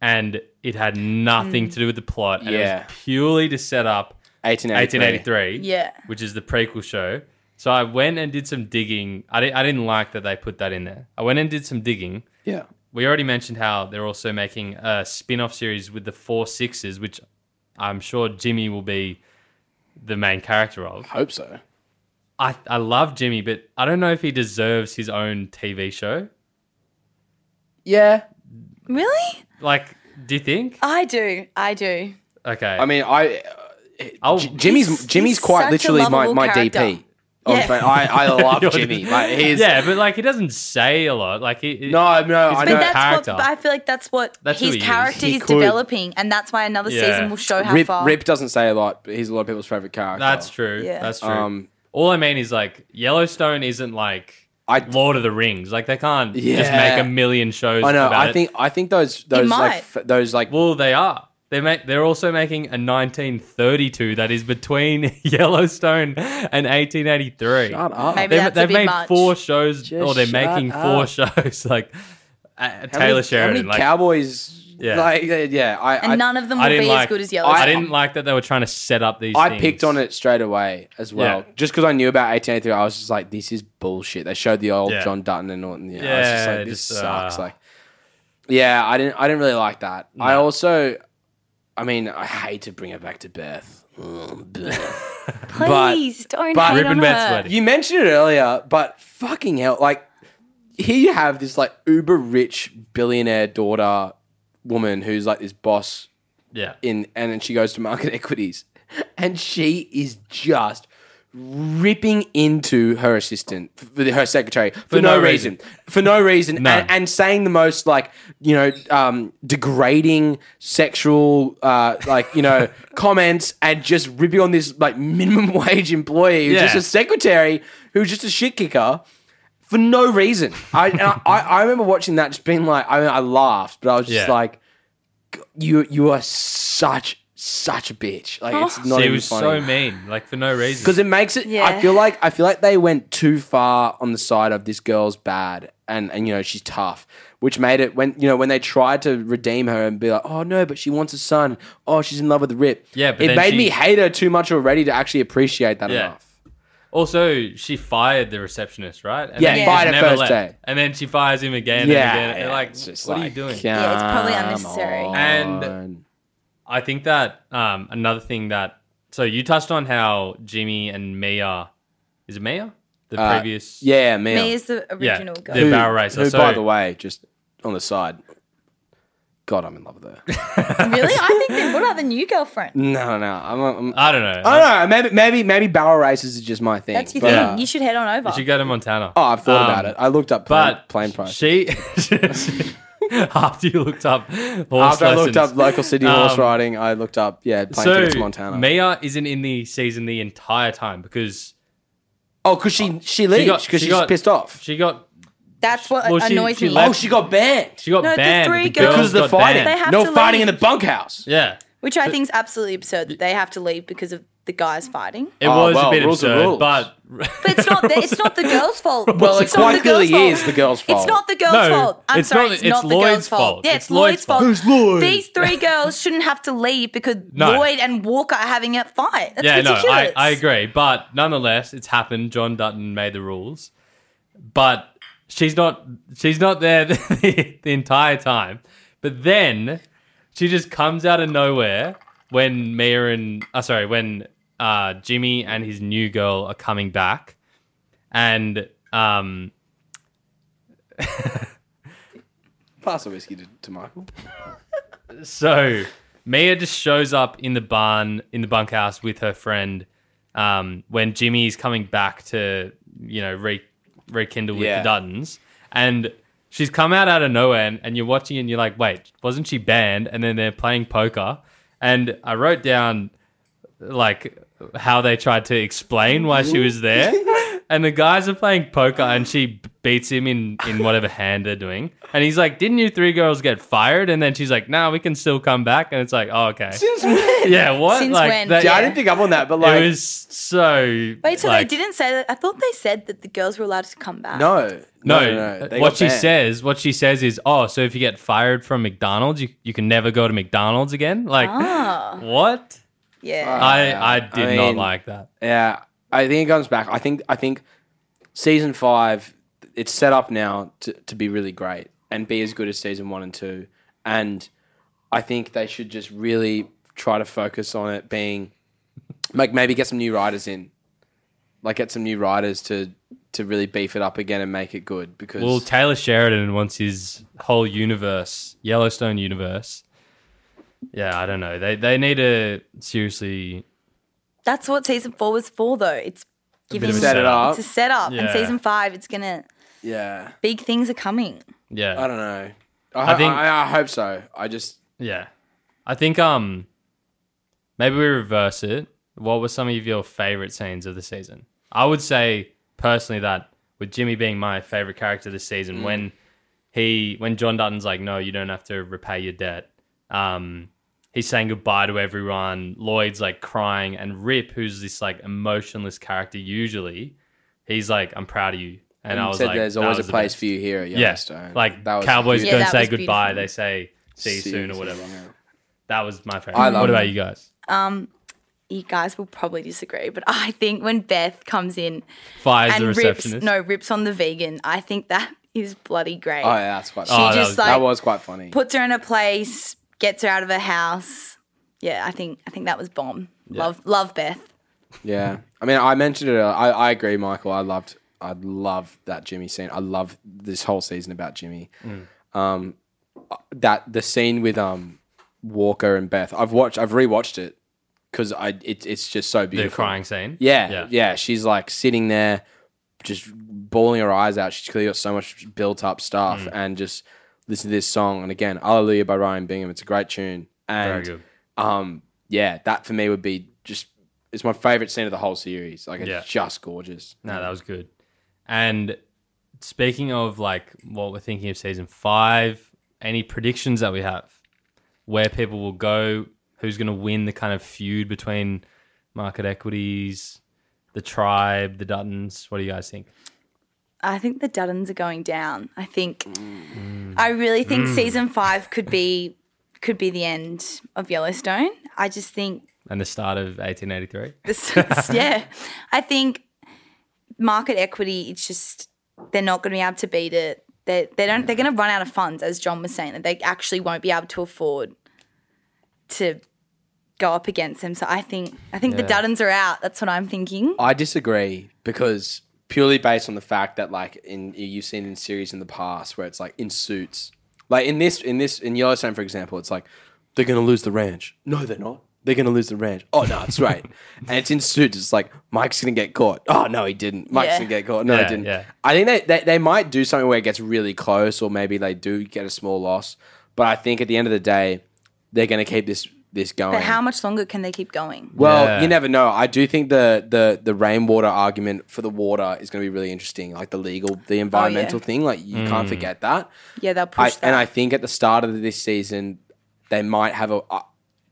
Speaker 7: and it had nothing
Speaker 9: Mm.
Speaker 7: to do with the plot. And it
Speaker 8: Yeah.
Speaker 7: was purely to set up
Speaker 8: 1883.
Speaker 7: 1883,
Speaker 9: Yeah.
Speaker 7: which is the prequel show. So I went and did some digging. I didn't, I didn't like that they put that in there. I went and did some digging.
Speaker 8: Yeah.
Speaker 7: We already mentioned how they're also making a spin off series with the Four Sixes, which I'm sure Jimmy will be the main character of.
Speaker 8: Hope so.
Speaker 7: I, I love Jimmy, but I don't know if he deserves his own TV show.
Speaker 8: Yeah.
Speaker 9: really?
Speaker 7: Like, do you think?
Speaker 9: I do. I do.
Speaker 7: Okay.
Speaker 8: I mean, I. uh,
Speaker 7: Oh,
Speaker 8: J- Jimmy's
Speaker 9: he's
Speaker 8: Jimmy's quite
Speaker 9: such a
Speaker 8: literally my,
Speaker 9: lovable
Speaker 8: my
Speaker 9: character.
Speaker 8: DP. Oh,
Speaker 9: Yeah.
Speaker 8: but I, I love Jimmy. Like, he's,
Speaker 7: yeah, but like he doesn't say a lot. Like he
Speaker 8: No, no,
Speaker 7: he's
Speaker 8: I
Speaker 7: a
Speaker 9: But
Speaker 8: know.
Speaker 9: that's
Speaker 7: character.
Speaker 9: what I feel like. That's what
Speaker 7: That's who
Speaker 9: his
Speaker 7: he is.
Speaker 9: character
Speaker 8: He
Speaker 9: is
Speaker 8: could.
Speaker 9: developing, and that's why another
Speaker 7: Yeah.
Speaker 9: season will show how
Speaker 8: Rip,
Speaker 9: far.
Speaker 8: Rip doesn't say a lot, but he's a lot of people's favorite character.
Speaker 7: That's true.
Speaker 9: Yeah.
Speaker 7: That's true.
Speaker 8: Um,
Speaker 7: All I mean is like Yellowstone isn't like Lord of the Rings. Like they can't just
Speaker 8: Yeah.
Speaker 7: make a million shows.
Speaker 8: I know.
Speaker 7: About
Speaker 8: I
Speaker 7: it.
Speaker 8: think I think those those like
Speaker 9: might.
Speaker 8: f- those like
Speaker 7: Well, they are. They make. They're also making a 1932 that is between Yellowstone and 1883.
Speaker 8: Shut up.
Speaker 9: Maybe
Speaker 7: they've
Speaker 9: that's a
Speaker 7: they've
Speaker 9: bit
Speaker 7: made
Speaker 9: much.
Speaker 7: four shows, or they're
Speaker 8: shut
Speaker 7: making four shows. Like uh,
Speaker 8: how
Speaker 7: Taylor
Speaker 8: many-
Speaker 7: Sheridan.
Speaker 8: How many
Speaker 7: like,
Speaker 8: cowboys?
Speaker 7: Yeah.
Speaker 8: Like yeah. I
Speaker 9: and
Speaker 8: I,
Speaker 9: none of them will
Speaker 7: I
Speaker 9: be
Speaker 7: didn't
Speaker 9: as
Speaker 7: like.
Speaker 9: good as Yellowstone.
Speaker 7: I didn't like that they were trying to set up these.
Speaker 8: I
Speaker 7: things.
Speaker 8: picked on it straight away as well,
Speaker 7: Yeah.
Speaker 8: just because I knew about 1883. I was just like, "This is bullshit." They showed the old
Speaker 7: Yeah.
Speaker 8: John Dutton and Norton. Yeah, I was just
Speaker 7: Yeah,
Speaker 8: like, "This
Speaker 7: just,
Speaker 8: sucks."
Speaker 7: uh,
Speaker 8: Like, yeah, I didn't. I didn't really like that. I also, I mean, I hate to bring it back to Beth. Ugh, Beth. But-
Speaker 9: Please don't
Speaker 8: but-
Speaker 9: hate
Speaker 8: Rip
Speaker 9: on
Speaker 7: and Beth's
Speaker 9: her.
Speaker 7: wedding.
Speaker 8: you mentioned it earlier, but fucking hell, like here you have this like uber rich billionaire daughter woman who's like this boss
Speaker 7: Yeah.
Speaker 8: in and then she goes to market equities and she is just ripping into her assistant f- for the- her secretary for, no,
Speaker 7: no
Speaker 8: reason. for no reason
Speaker 7: None.
Speaker 8: and, and saying the most like you know um, degrading sexual uh, like you know comments and just ripping on this like minimum wage employee who's
Speaker 7: Yeah.
Speaker 8: just a secretary who's just a shit kicker for no reason I, and I, I I remember watching that just being like I mean I laughed but I was just
Speaker 7: Yeah.
Speaker 8: like you you are such such a bitch. Like
Speaker 9: Oh.
Speaker 8: it's not
Speaker 7: She
Speaker 8: even
Speaker 7: was so
Speaker 8: funny.
Speaker 7: mean, like for no reason.
Speaker 8: Because it makes it. I
Speaker 9: Yeah.
Speaker 8: feel like I feel like they went too far on the side of this girl's bad and and you know she's tough, which made it when you know when they tried to redeem her and be like, oh no, but she wants a son. Oh, she's in love with Rip.
Speaker 7: Yeah, but
Speaker 8: it
Speaker 7: then
Speaker 8: made
Speaker 7: she-
Speaker 8: me hate her too much already to actually appreciate that
Speaker 7: Yeah.
Speaker 8: enough.
Speaker 7: Also, she fired the receptionist, right? And
Speaker 8: Yeah,
Speaker 7: then she
Speaker 8: fired her
Speaker 7: never
Speaker 8: first
Speaker 7: left.
Speaker 8: day.
Speaker 7: And then she fires him again
Speaker 8: yeah,
Speaker 7: and again.
Speaker 8: yeah,
Speaker 7: And like,
Speaker 8: it's just
Speaker 7: what are you
Speaker 8: like,
Speaker 7: doing?
Speaker 9: Yeah, it's probably
Speaker 8: come
Speaker 9: unnecessary.
Speaker 7: And-
Speaker 8: on.
Speaker 7: I think that um, another thing that so you touched on how Jimmy and Mia is it Mia the
Speaker 8: Uh,
Speaker 7: previous
Speaker 8: yeah, man.
Speaker 9: Me is the original
Speaker 7: Yeah.
Speaker 9: girl.
Speaker 7: The barrel racer.
Speaker 8: Who,
Speaker 7: So-
Speaker 8: by the way, just on the side. God, I'm in love with her.
Speaker 9: Really? I think they put out the new girlfriend.
Speaker 8: No, no, I'm. I'm I
Speaker 7: I don't know
Speaker 8: don't know. Maybe, maybe, maybe barrel races is just my thing.
Speaker 9: That's your
Speaker 8: but,
Speaker 9: thing.
Speaker 8: uh,
Speaker 9: you should head on over.
Speaker 7: you should go to Montana
Speaker 8: oh, I've thought
Speaker 7: Um,
Speaker 8: about it. I looked up plane,
Speaker 7: but
Speaker 8: plane price.
Speaker 7: she after you looked up horse
Speaker 8: After I looked
Speaker 7: lessons.
Speaker 8: up local city horse
Speaker 7: Um,
Speaker 8: riding, I looked up yeah plane tickets to Montana.
Speaker 7: Mia isn't in the season the entire time because
Speaker 8: oh, because she she leaves
Speaker 7: got-
Speaker 8: because
Speaker 7: she
Speaker 8: she's
Speaker 7: got-
Speaker 8: pissed off.
Speaker 7: she got
Speaker 9: That's what
Speaker 7: Well, she-
Speaker 9: annoys
Speaker 7: she
Speaker 9: me.
Speaker 7: left-
Speaker 8: oh, she got banned
Speaker 7: she got
Speaker 9: No, the
Speaker 7: banned
Speaker 9: three
Speaker 7: girls
Speaker 8: because of the
Speaker 7: got
Speaker 8: fighting.
Speaker 9: They
Speaker 7: banned.
Speaker 9: have
Speaker 8: no
Speaker 9: to
Speaker 8: fighting in
Speaker 9: leave.
Speaker 8: the bunkhouse.
Speaker 7: yeah
Speaker 9: Which I think is absolutely absurd that they have to leave because of the guys fighting.
Speaker 7: It was a bit absurd, but
Speaker 9: But it's not. The, it's not the girls' fault.
Speaker 8: well, it
Speaker 9: it's not
Speaker 8: quite
Speaker 9: the girls'
Speaker 8: clearly
Speaker 9: fault.
Speaker 8: is the girl's fault.
Speaker 9: It's not the girl's
Speaker 8: No,
Speaker 9: fault. I'm
Speaker 8: it's
Speaker 9: sorry,
Speaker 8: not-
Speaker 9: it's,
Speaker 8: it's
Speaker 9: not the
Speaker 8: Lloyd's
Speaker 9: girl's fault.
Speaker 8: fault.
Speaker 9: Yeah,
Speaker 8: It's
Speaker 9: it's, Lloyd's
Speaker 8: Lloyd's
Speaker 9: fault.
Speaker 8: fault. Who's Lloyd?
Speaker 9: These three girls shouldn't have to leave because
Speaker 7: No.
Speaker 9: Lloyd and Walker are having a fight. That's
Speaker 7: yeah,
Speaker 9: ridiculous.
Speaker 7: no, I, I agree. But nonetheless, it's happened. John Dutton made the rules, but she's not she's not there the, the entire time. But then she just comes out of nowhere when Mia and uh, sorry when uh, Jimmy and his new girl are coming back, and um,
Speaker 8: Pass the whiskey to, to Michael.
Speaker 7: so Mia just shows up in the barn in the bunkhouse with her friend um, when Jimmy's coming back to you know re- rekindle with
Speaker 8: Yeah.
Speaker 7: the Duttons, and she's come out out of nowhere, and, and you're watching and you're like, wait, wasn't she banned? And then they're playing poker, and I wrote down like how they tried to explain why she was there. And the guys are playing poker, and she b- beats him in, in whatever hand they're doing. And he's like, "Didn't you three girls get fired?" And then she's like, "Nah, we can still come back." And it's like, "Oh, okay."
Speaker 8: Since when?
Speaker 7: Yeah, what?
Speaker 9: Since
Speaker 7: like,
Speaker 9: when?
Speaker 7: that-
Speaker 9: Yeah, I didn't
Speaker 8: pick up on that, but
Speaker 7: it
Speaker 8: like-
Speaker 7: was so.
Speaker 9: Wait, so
Speaker 7: like-
Speaker 9: they didn't say that. I thought they said that the girls were allowed to come back.
Speaker 8: No,
Speaker 7: No,
Speaker 8: no, no, no. They
Speaker 7: what
Speaker 8: got
Speaker 7: she
Speaker 8: banned.
Speaker 7: says, what she says is, "Oh, so if you get fired from McDonald's, you you can never go to McDonald's again." Like,
Speaker 9: Ah.
Speaker 7: what?
Speaker 9: Yeah.
Speaker 7: I I did not
Speaker 8: mean,
Speaker 7: like that.
Speaker 8: Yeah, I think it comes back. I think I think season five, it's set up now to, to be really great and be as good as season one and two. And I think they should just really try to focus on it being like maybe get some new writers in, like get some new writers to to really beef it up again and make it good because
Speaker 7: Well, Taylor Sheridan wants his whole universe, Yellowstone universe. Yeah, I don't know. They they need to seriously.
Speaker 9: That's what season four was for, though. It's
Speaker 7: bit
Speaker 9: giving
Speaker 7: of a Set it setup.
Speaker 9: It's a setup, and
Speaker 7: Yeah.
Speaker 9: season five, it's gonna
Speaker 8: yeah,
Speaker 9: big things are coming.
Speaker 7: Yeah.
Speaker 8: I don't know.
Speaker 7: I
Speaker 8: I, I
Speaker 7: think-
Speaker 8: think I, I hope so. I just
Speaker 7: Yeah, I think um, maybe we reverse it. What were some of your favorite scenes of the season? I would say personally that with Jimmy being my favorite character this season,
Speaker 8: Mm.
Speaker 7: when he when John Dutton's like, no, you don't have to repay your debt. Um, he's saying goodbye to everyone. Lloyd's like crying, and Rip, who's this like emotionless character usually, he's like, I'm proud of you. And,
Speaker 8: And
Speaker 7: I was
Speaker 8: said
Speaker 7: like,
Speaker 8: there's
Speaker 7: that
Speaker 8: always a
Speaker 7: was the
Speaker 8: place
Speaker 7: best.
Speaker 8: for you here at
Speaker 7: Yeah.
Speaker 8: Yellowstone.
Speaker 7: Like
Speaker 8: That was
Speaker 7: Cowboys
Speaker 8: beautiful.
Speaker 7: don't
Speaker 8: Yeah, that
Speaker 7: say
Speaker 8: was
Speaker 7: goodbye;
Speaker 8: beautiful.
Speaker 7: they say see you
Speaker 8: See
Speaker 7: soon
Speaker 8: you
Speaker 7: or
Speaker 8: soon,
Speaker 7: whatever.
Speaker 8: yeah.
Speaker 7: That was my favorite.
Speaker 8: I love
Speaker 7: what
Speaker 8: it.
Speaker 7: about you guys?
Speaker 9: Um, you guys will probably disagree, but I think when Beth comes in
Speaker 7: Fires the
Speaker 9: and rips,
Speaker 7: receptionist.
Speaker 9: no rips on the vegan, I think that is bloody great.
Speaker 8: Oh, yeah, that's quite.
Speaker 9: She
Speaker 8: funny.
Speaker 9: just
Speaker 8: that
Speaker 9: like
Speaker 8: was quite funny.
Speaker 9: puts her in a place, gets her out of her house. Yeah, I think I think that was bomb. Love love Beth.
Speaker 8: Yeah, I mean, I mentioned it. earlier. I, I agree, Michael. I loved, I loved that Jimmy scene. I love this whole season about Jimmy.
Speaker 7: Mm.
Speaker 8: Um, that the scene with um Walker and Beth. I've watched. I've rewatched it because I. It, it's just so beautiful.
Speaker 7: crying scene?
Speaker 8: Yeah,
Speaker 7: Yeah.
Speaker 8: yeah, She's like sitting there, just bawling her eyes out. She's clearly got so much built up stuff,
Speaker 7: Mm.
Speaker 8: and just listen to this song. And again, Hallelujah by Ryan Bingham. It's a great tune. And
Speaker 7: Very good.
Speaker 8: um, yeah, that for me would be just it's my favorite scene of the whole series. Like it's
Speaker 7: Yeah.
Speaker 8: just gorgeous.
Speaker 7: No, that was good. And speaking of like what we're thinking of season five, any predictions that we have, where people will go, who's going to win the kind of feud between market equities, the tribe, the Duttons? What do you guys think?
Speaker 9: I think the Duddons are going down. I think I really think
Speaker 7: Mm.
Speaker 9: season five could be could be the end of Yellowstone. I just think
Speaker 7: And the start of 1883?
Speaker 9: This is- yeah. I think market equity, it's just they're not going to be able to beat it. They they don't they're going to run out of funds, as John was saying, that they actually won't be able to afford to go up against them. So I think I think the
Speaker 8: Yeah.
Speaker 9: Duddons are out. That's what I'm thinking.
Speaker 8: I disagree because purely based on the fact that like in you've seen in series in the past where it's like in suits, like in this in this in Yellowstone for example, it's like they're gonna lose the ranch. No, they're not. They're gonna lose the ranch. Oh no, it's right. and it's in suits. It's like Mike's gonna get caught. Oh no, he didn't. Mike's
Speaker 7: Yeah.
Speaker 8: gonna get caught. No,
Speaker 7: Yeah,
Speaker 8: he didn't.
Speaker 7: yeah.
Speaker 8: I think they, they they might do something where it gets really close, or maybe they do get a small loss. But I think at the end of the day, they're gonna keep this this going.
Speaker 9: But how much longer can they keep going?
Speaker 8: Well, you never know. I do think the the the rainwater argument for the water is going to be really interesting, like the legal, the environmental thing. Like you
Speaker 9: Mm.
Speaker 8: can't forget that.
Speaker 9: Yeah, they'll
Speaker 8: I,
Speaker 9: Oh, push that.
Speaker 8: and I think at the start of this season, they might have a. Uh,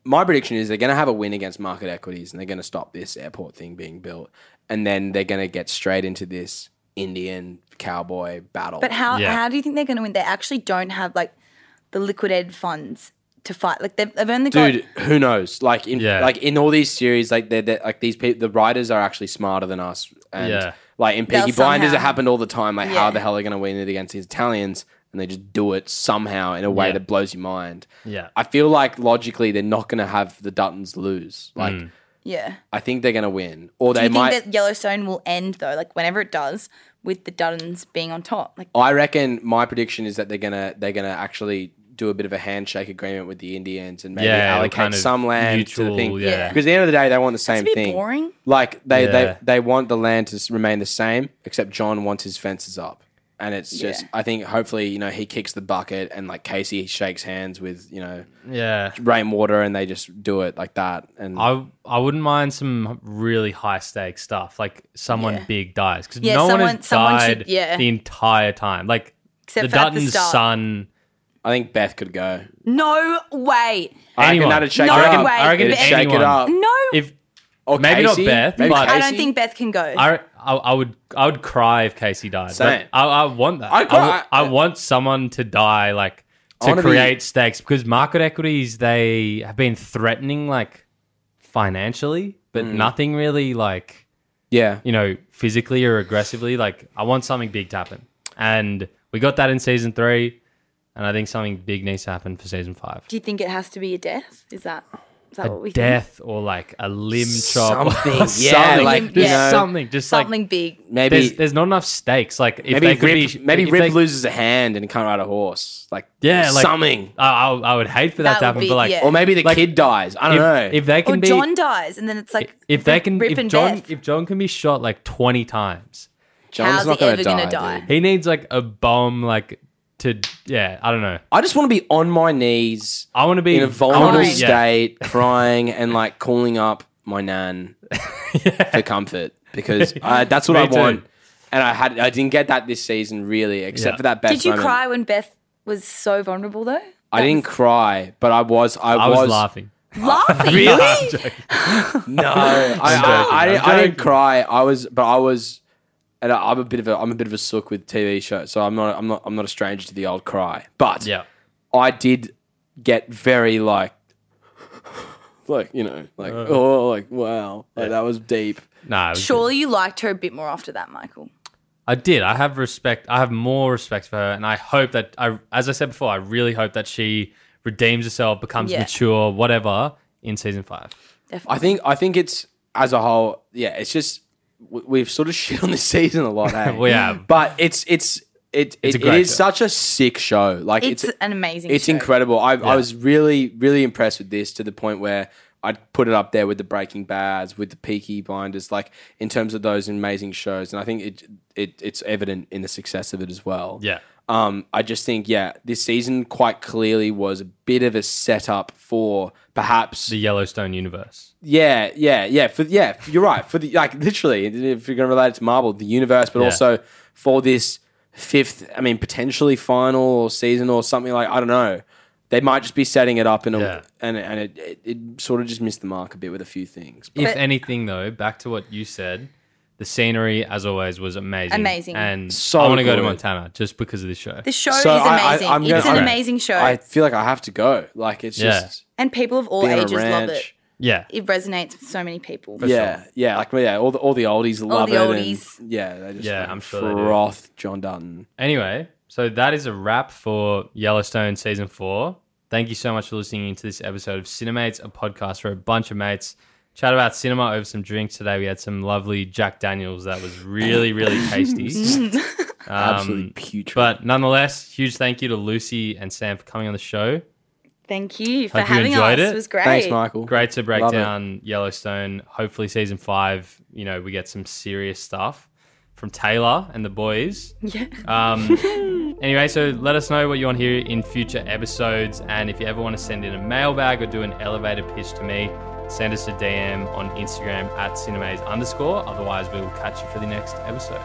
Speaker 8: my prediction is they're going to have a win against market equities and they're going to stop this airport thing being built. And then they're going to get straight into this Indian cowboy battle.
Speaker 9: But how how do you think they're going to win? They actually don't have like the liquidated funds to fight. Like they've, they've only got
Speaker 8: Dude, who knows? Like in like in all these series, like they're, they're like these people. The writers are actually smarter than us. And
Speaker 7: Yeah.
Speaker 8: like in
Speaker 9: They'll
Speaker 8: Peaky Blinders, it
Speaker 9: somehow-
Speaker 8: happened all the time. Like how
Speaker 9: Yeah.
Speaker 8: the hell are they going to win it against the Italians? And they just do it somehow in a way
Speaker 7: Yeah.
Speaker 8: that blows your mind.
Speaker 7: Yeah.
Speaker 8: I feel like logically they're not going to have the Duttons lose. Like
Speaker 7: Mm.
Speaker 9: yeah.
Speaker 8: I think they're going to win, or
Speaker 9: Do
Speaker 8: they
Speaker 9: you
Speaker 8: might.
Speaker 9: think that Yellowstone will end though? Like whenever it does, with the Duttons being on top. Like
Speaker 8: I reckon my prediction is that they're gonna they're gonna actually do a bit of a handshake agreement with the Indians and maybe
Speaker 7: Yeah, it'll
Speaker 8: allocate
Speaker 7: kind of
Speaker 8: some land to
Speaker 7: mutual,
Speaker 8: the thing.
Speaker 7: yeah.
Speaker 8: Because at the end of the day, they want the same
Speaker 9: a bit
Speaker 8: thing.
Speaker 9: boring.
Speaker 8: Like they,
Speaker 7: Yeah.
Speaker 8: they they want the land to s- remain the same, except John wants his fences up. And it's just,
Speaker 7: Yeah.
Speaker 8: I think hopefully, you know, he kicks the bucket and like Casey shakes hands with, you know,
Speaker 7: Yeah.
Speaker 8: rainwater and they just do it like that. And
Speaker 7: I I wouldn't mind some really high stakes stuff, like someone
Speaker 9: Yeah.
Speaker 7: big dies because
Speaker 9: Yeah,
Speaker 7: no one
Speaker 9: someone-
Speaker 7: has
Speaker 9: someone
Speaker 7: died
Speaker 9: should- yeah.
Speaker 7: the entire time. Like
Speaker 9: Except
Speaker 7: the
Speaker 9: for at the
Speaker 7: Dutton's
Speaker 9: start.
Speaker 7: son.
Speaker 8: I think Beth could go.
Speaker 9: no way.
Speaker 8: I reckon
Speaker 7: Anyone.
Speaker 8: that'd shake
Speaker 9: No
Speaker 8: it up.
Speaker 9: way.
Speaker 7: I reckon
Speaker 8: It'd shake
Speaker 7: anyone.
Speaker 8: it up.
Speaker 9: No,
Speaker 7: If
Speaker 8: Or
Speaker 7: maybe not
Speaker 8: Casey,
Speaker 7: Beth,
Speaker 8: maybe
Speaker 7: but
Speaker 9: I
Speaker 7: I,
Speaker 9: don't think Beth can go.
Speaker 7: I I would I would cry if Casey died. but
Speaker 8: Same.
Speaker 7: I, I want that. I,
Speaker 8: I'd cry.
Speaker 7: wa- I want someone to die like
Speaker 8: I
Speaker 7: to
Speaker 8: wanna be-
Speaker 7: create stakes because market equities they have been threatening like financially, but
Speaker 8: Mm.
Speaker 7: nothing really like
Speaker 8: Yeah.
Speaker 7: you know, physically or aggressively. Like, I want something big to happen. And we got that in season three. And I think something big needs to happen for season five.
Speaker 9: do you think it has to be a death? Is that is that what
Speaker 7: A
Speaker 9: we
Speaker 7: death or like a limb chop. or
Speaker 8: Something, yeah,
Speaker 7: something.
Speaker 8: like,
Speaker 7: just
Speaker 8: you know,
Speaker 7: something. Just
Speaker 9: think? Something big.
Speaker 7: like,
Speaker 8: Maybe
Speaker 7: there's, there's not enough stakes. Like, if
Speaker 8: maybe
Speaker 7: they could
Speaker 8: Rip,
Speaker 7: be,
Speaker 8: maybe
Speaker 7: if
Speaker 8: Rip
Speaker 7: they-
Speaker 8: loses a hand and can't ride a horse. Like
Speaker 7: yeah, like,
Speaker 8: something.
Speaker 7: I, I, I would hate for
Speaker 9: That
Speaker 7: that, to
Speaker 9: would
Speaker 7: happen,
Speaker 9: be-
Speaker 7: but like,
Speaker 9: yeah.
Speaker 8: Or maybe the
Speaker 7: like,
Speaker 8: kid dies. I don't
Speaker 7: if,
Speaker 8: know.
Speaker 7: If they can
Speaker 9: Or
Speaker 7: be,
Speaker 9: John dies, and then it's like
Speaker 7: if they can,
Speaker 9: Rip
Speaker 7: if
Speaker 9: and
Speaker 7: John,
Speaker 9: Death.
Speaker 7: if John can be shot like 20 times,
Speaker 9: How's he ever gonna die?
Speaker 7: He needs like a bomb, like to yeah. I don't know.
Speaker 8: I just want to be on my knees.
Speaker 7: I want to be
Speaker 8: in a vulnerable
Speaker 7: crying. Yeah.
Speaker 8: state, crying and like calling up my nan for comfort because I, that's what
Speaker 7: Me
Speaker 8: I
Speaker 7: too.
Speaker 8: want. And I had I didn't get that this season really, except
Speaker 7: Yeah.
Speaker 8: for that best.
Speaker 9: Did you
Speaker 8: moment.
Speaker 9: cry when Beth was so vulnerable though?
Speaker 8: I didn't cry, but I was. I,
Speaker 7: I was, laughing.
Speaker 9: Laughing.
Speaker 8: Really?
Speaker 7: I'm joking.
Speaker 8: No, I, I,
Speaker 7: joking,
Speaker 8: I,
Speaker 7: I'm
Speaker 8: didn't, I didn't
Speaker 7: joking.
Speaker 8: cry. I was, but I was, and I, I'm a bit of a, I'm a bit of a sook with TV shows, so I'm not, I'm not, I'm not a stranger to the old cry. But
Speaker 7: Yeah.
Speaker 8: I did get very like, like you know, like
Speaker 7: Uh.
Speaker 8: oh, like wow, like that was deep.
Speaker 7: Nah, it was good.
Speaker 9: Surely you liked her a bit more after that, Michael.
Speaker 7: I did. I have respect. I have more respect for her, and I hope that I, as I said before, I really hope that she redeems herself, becomes
Speaker 9: Yeah.
Speaker 7: mature, whatever, in season five.
Speaker 8: I think, I think it's as a whole, yeah, it's just we- we've sort of shit on this season a lot, hey?
Speaker 7: We have.
Speaker 8: but it's it's it,
Speaker 7: It's
Speaker 8: it,
Speaker 7: a
Speaker 8: it
Speaker 7: great
Speaker 8: is
Speaker 7: show.
Speaker 8: such a sick show. Like
Speaker 9: It's, an amazing.
Speaker 8: It's
Speaker 9: show.
Speaker 8: incredible. I,
Speaker 7: Yeah.
Speaker 8: I was really, really impressed with this to the point where I'd put it up there with the Breaking Bads, with the Peaky Blinders, like in terms of those amazing shows. And I think it, it it's evident in the success of it as well.
Speaker 7: Yeah.
Speaker 8: Um, I just think, yeah, this season quite clearly was a bit of a setup for perhaps,
Speaker 7: The Yellowstone universe.
Speaker 8: yeah, yeah, yeah, for yeah, you're right. For the like, literally, if you're gonna relate it to Marvel, the universe, but
Speaker 7: Yeah.
Speaker 8: also for this fifth, I mean, potentially final or season or something like I don't know. They might just be setting it up in a
Speaker 7: Yeah.
Speaker 8: and and it, it, it sort of just missed the mark a bit with a few things.
Speaker 7: If
Speaker 9: But-
Speaker 7: anything, though, back to what you said, the scenery, as always, was amazing.
Speaker 9: Amazing.
Speaker 7: and
Speaker 8: So
Speaker 7: I want to go to
Speaker 8: good.
Speaker 7: Montana just because of this show.
Speaker 9: The show
Speaker 8: So
Speaker 9: is
Speaker 8: I- I-
Speaker 9: amazing.
Speaker 8: I'm gonna-
Speaker 9: it's an
Speaker 8: I'm-
Speaker 9: amazing show,
Speaker 8: I feel like I have to go. Like it's
Speaker 7: Yeah.
Speaker 8: just
Speaker 9: and people of all
Speaker 8: being on a
Speaker 9: ages love it.
Speaker 8: ranch.
Speaker 7: yeah,
Speaker 9: It resonates with so many people.
Speaker 8: yeah, yeah, like yeah, all the all the oldies love
Speaker 9: the
Speaker 8: it. and-
Speaker 9: oldies.
Speaker 8: yeah, they just
Speaker 7: Yeah,
Speaker 8: like
Speaker 7: I'm sure they do.
Speaker 8: froth John Dutton.
Speaker 7: Anyway, so that is a wrap for Yellowstone season four. Thank you so much for listening to this episode of Cinemates, a podcast for a bunch of mates. Chat about cinema over some drinks today. We had some lovely Jack Daniels that was really, really tasty. Um,
Speaker 8: Absolutely putrid.
Speaker 7: But nonetheless, huge thank you to Lucy and Sam for coming on the show.
Speaker 9: Thank you for
Speaker 7: Hope you
Speaker 9: having us.
Speaker 7: enjoyed
Speaker 9: It.
Speaker 7: it.
Speaker 9: was great.
Speaker 8: Thanks, Michael.
Speaker 7: Great to break
Speaker 8: Love it.
Speaker 7: down Yellowstone. Hopefully, season five, you know, we get some serious stuff from Taylor and the boys.
Speaker 9: Yeah.
Speaker 7: Um, anyway, so let us know what you want to hear in future episodes. And if you ever want to send in a mailbag or do an elevator pitch to me, send us a DM on Instagram at cinemaze underscore. Otherwise, we will catch you for the next episode.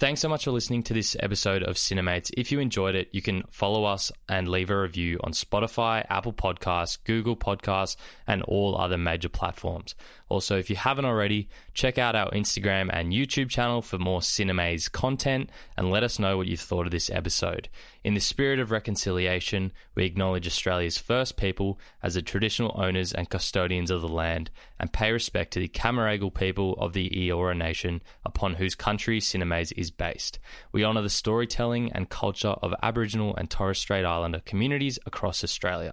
Speaker 7: Thanks so much for listening to this episode of Cinemates. If you enjoyed it, you can follow us and leave a review on Spotify, Apple Podcasts, Google Podcasts, and all other major platforms. Also, if you haven't already, check out our Instagram and YouTube channel for more Cinemaze content and let us know what you've thought of this episode. In the spirit of reconciliation, we acknowledge Australia's first people as the traditional owners and custodians of the land and pay respect to the Camaragal people of the Eora Nation upon whose country Cinemaze is based. We honour the storytelling and culture of Aboriginal and Torres Strait Islander communities across Australia.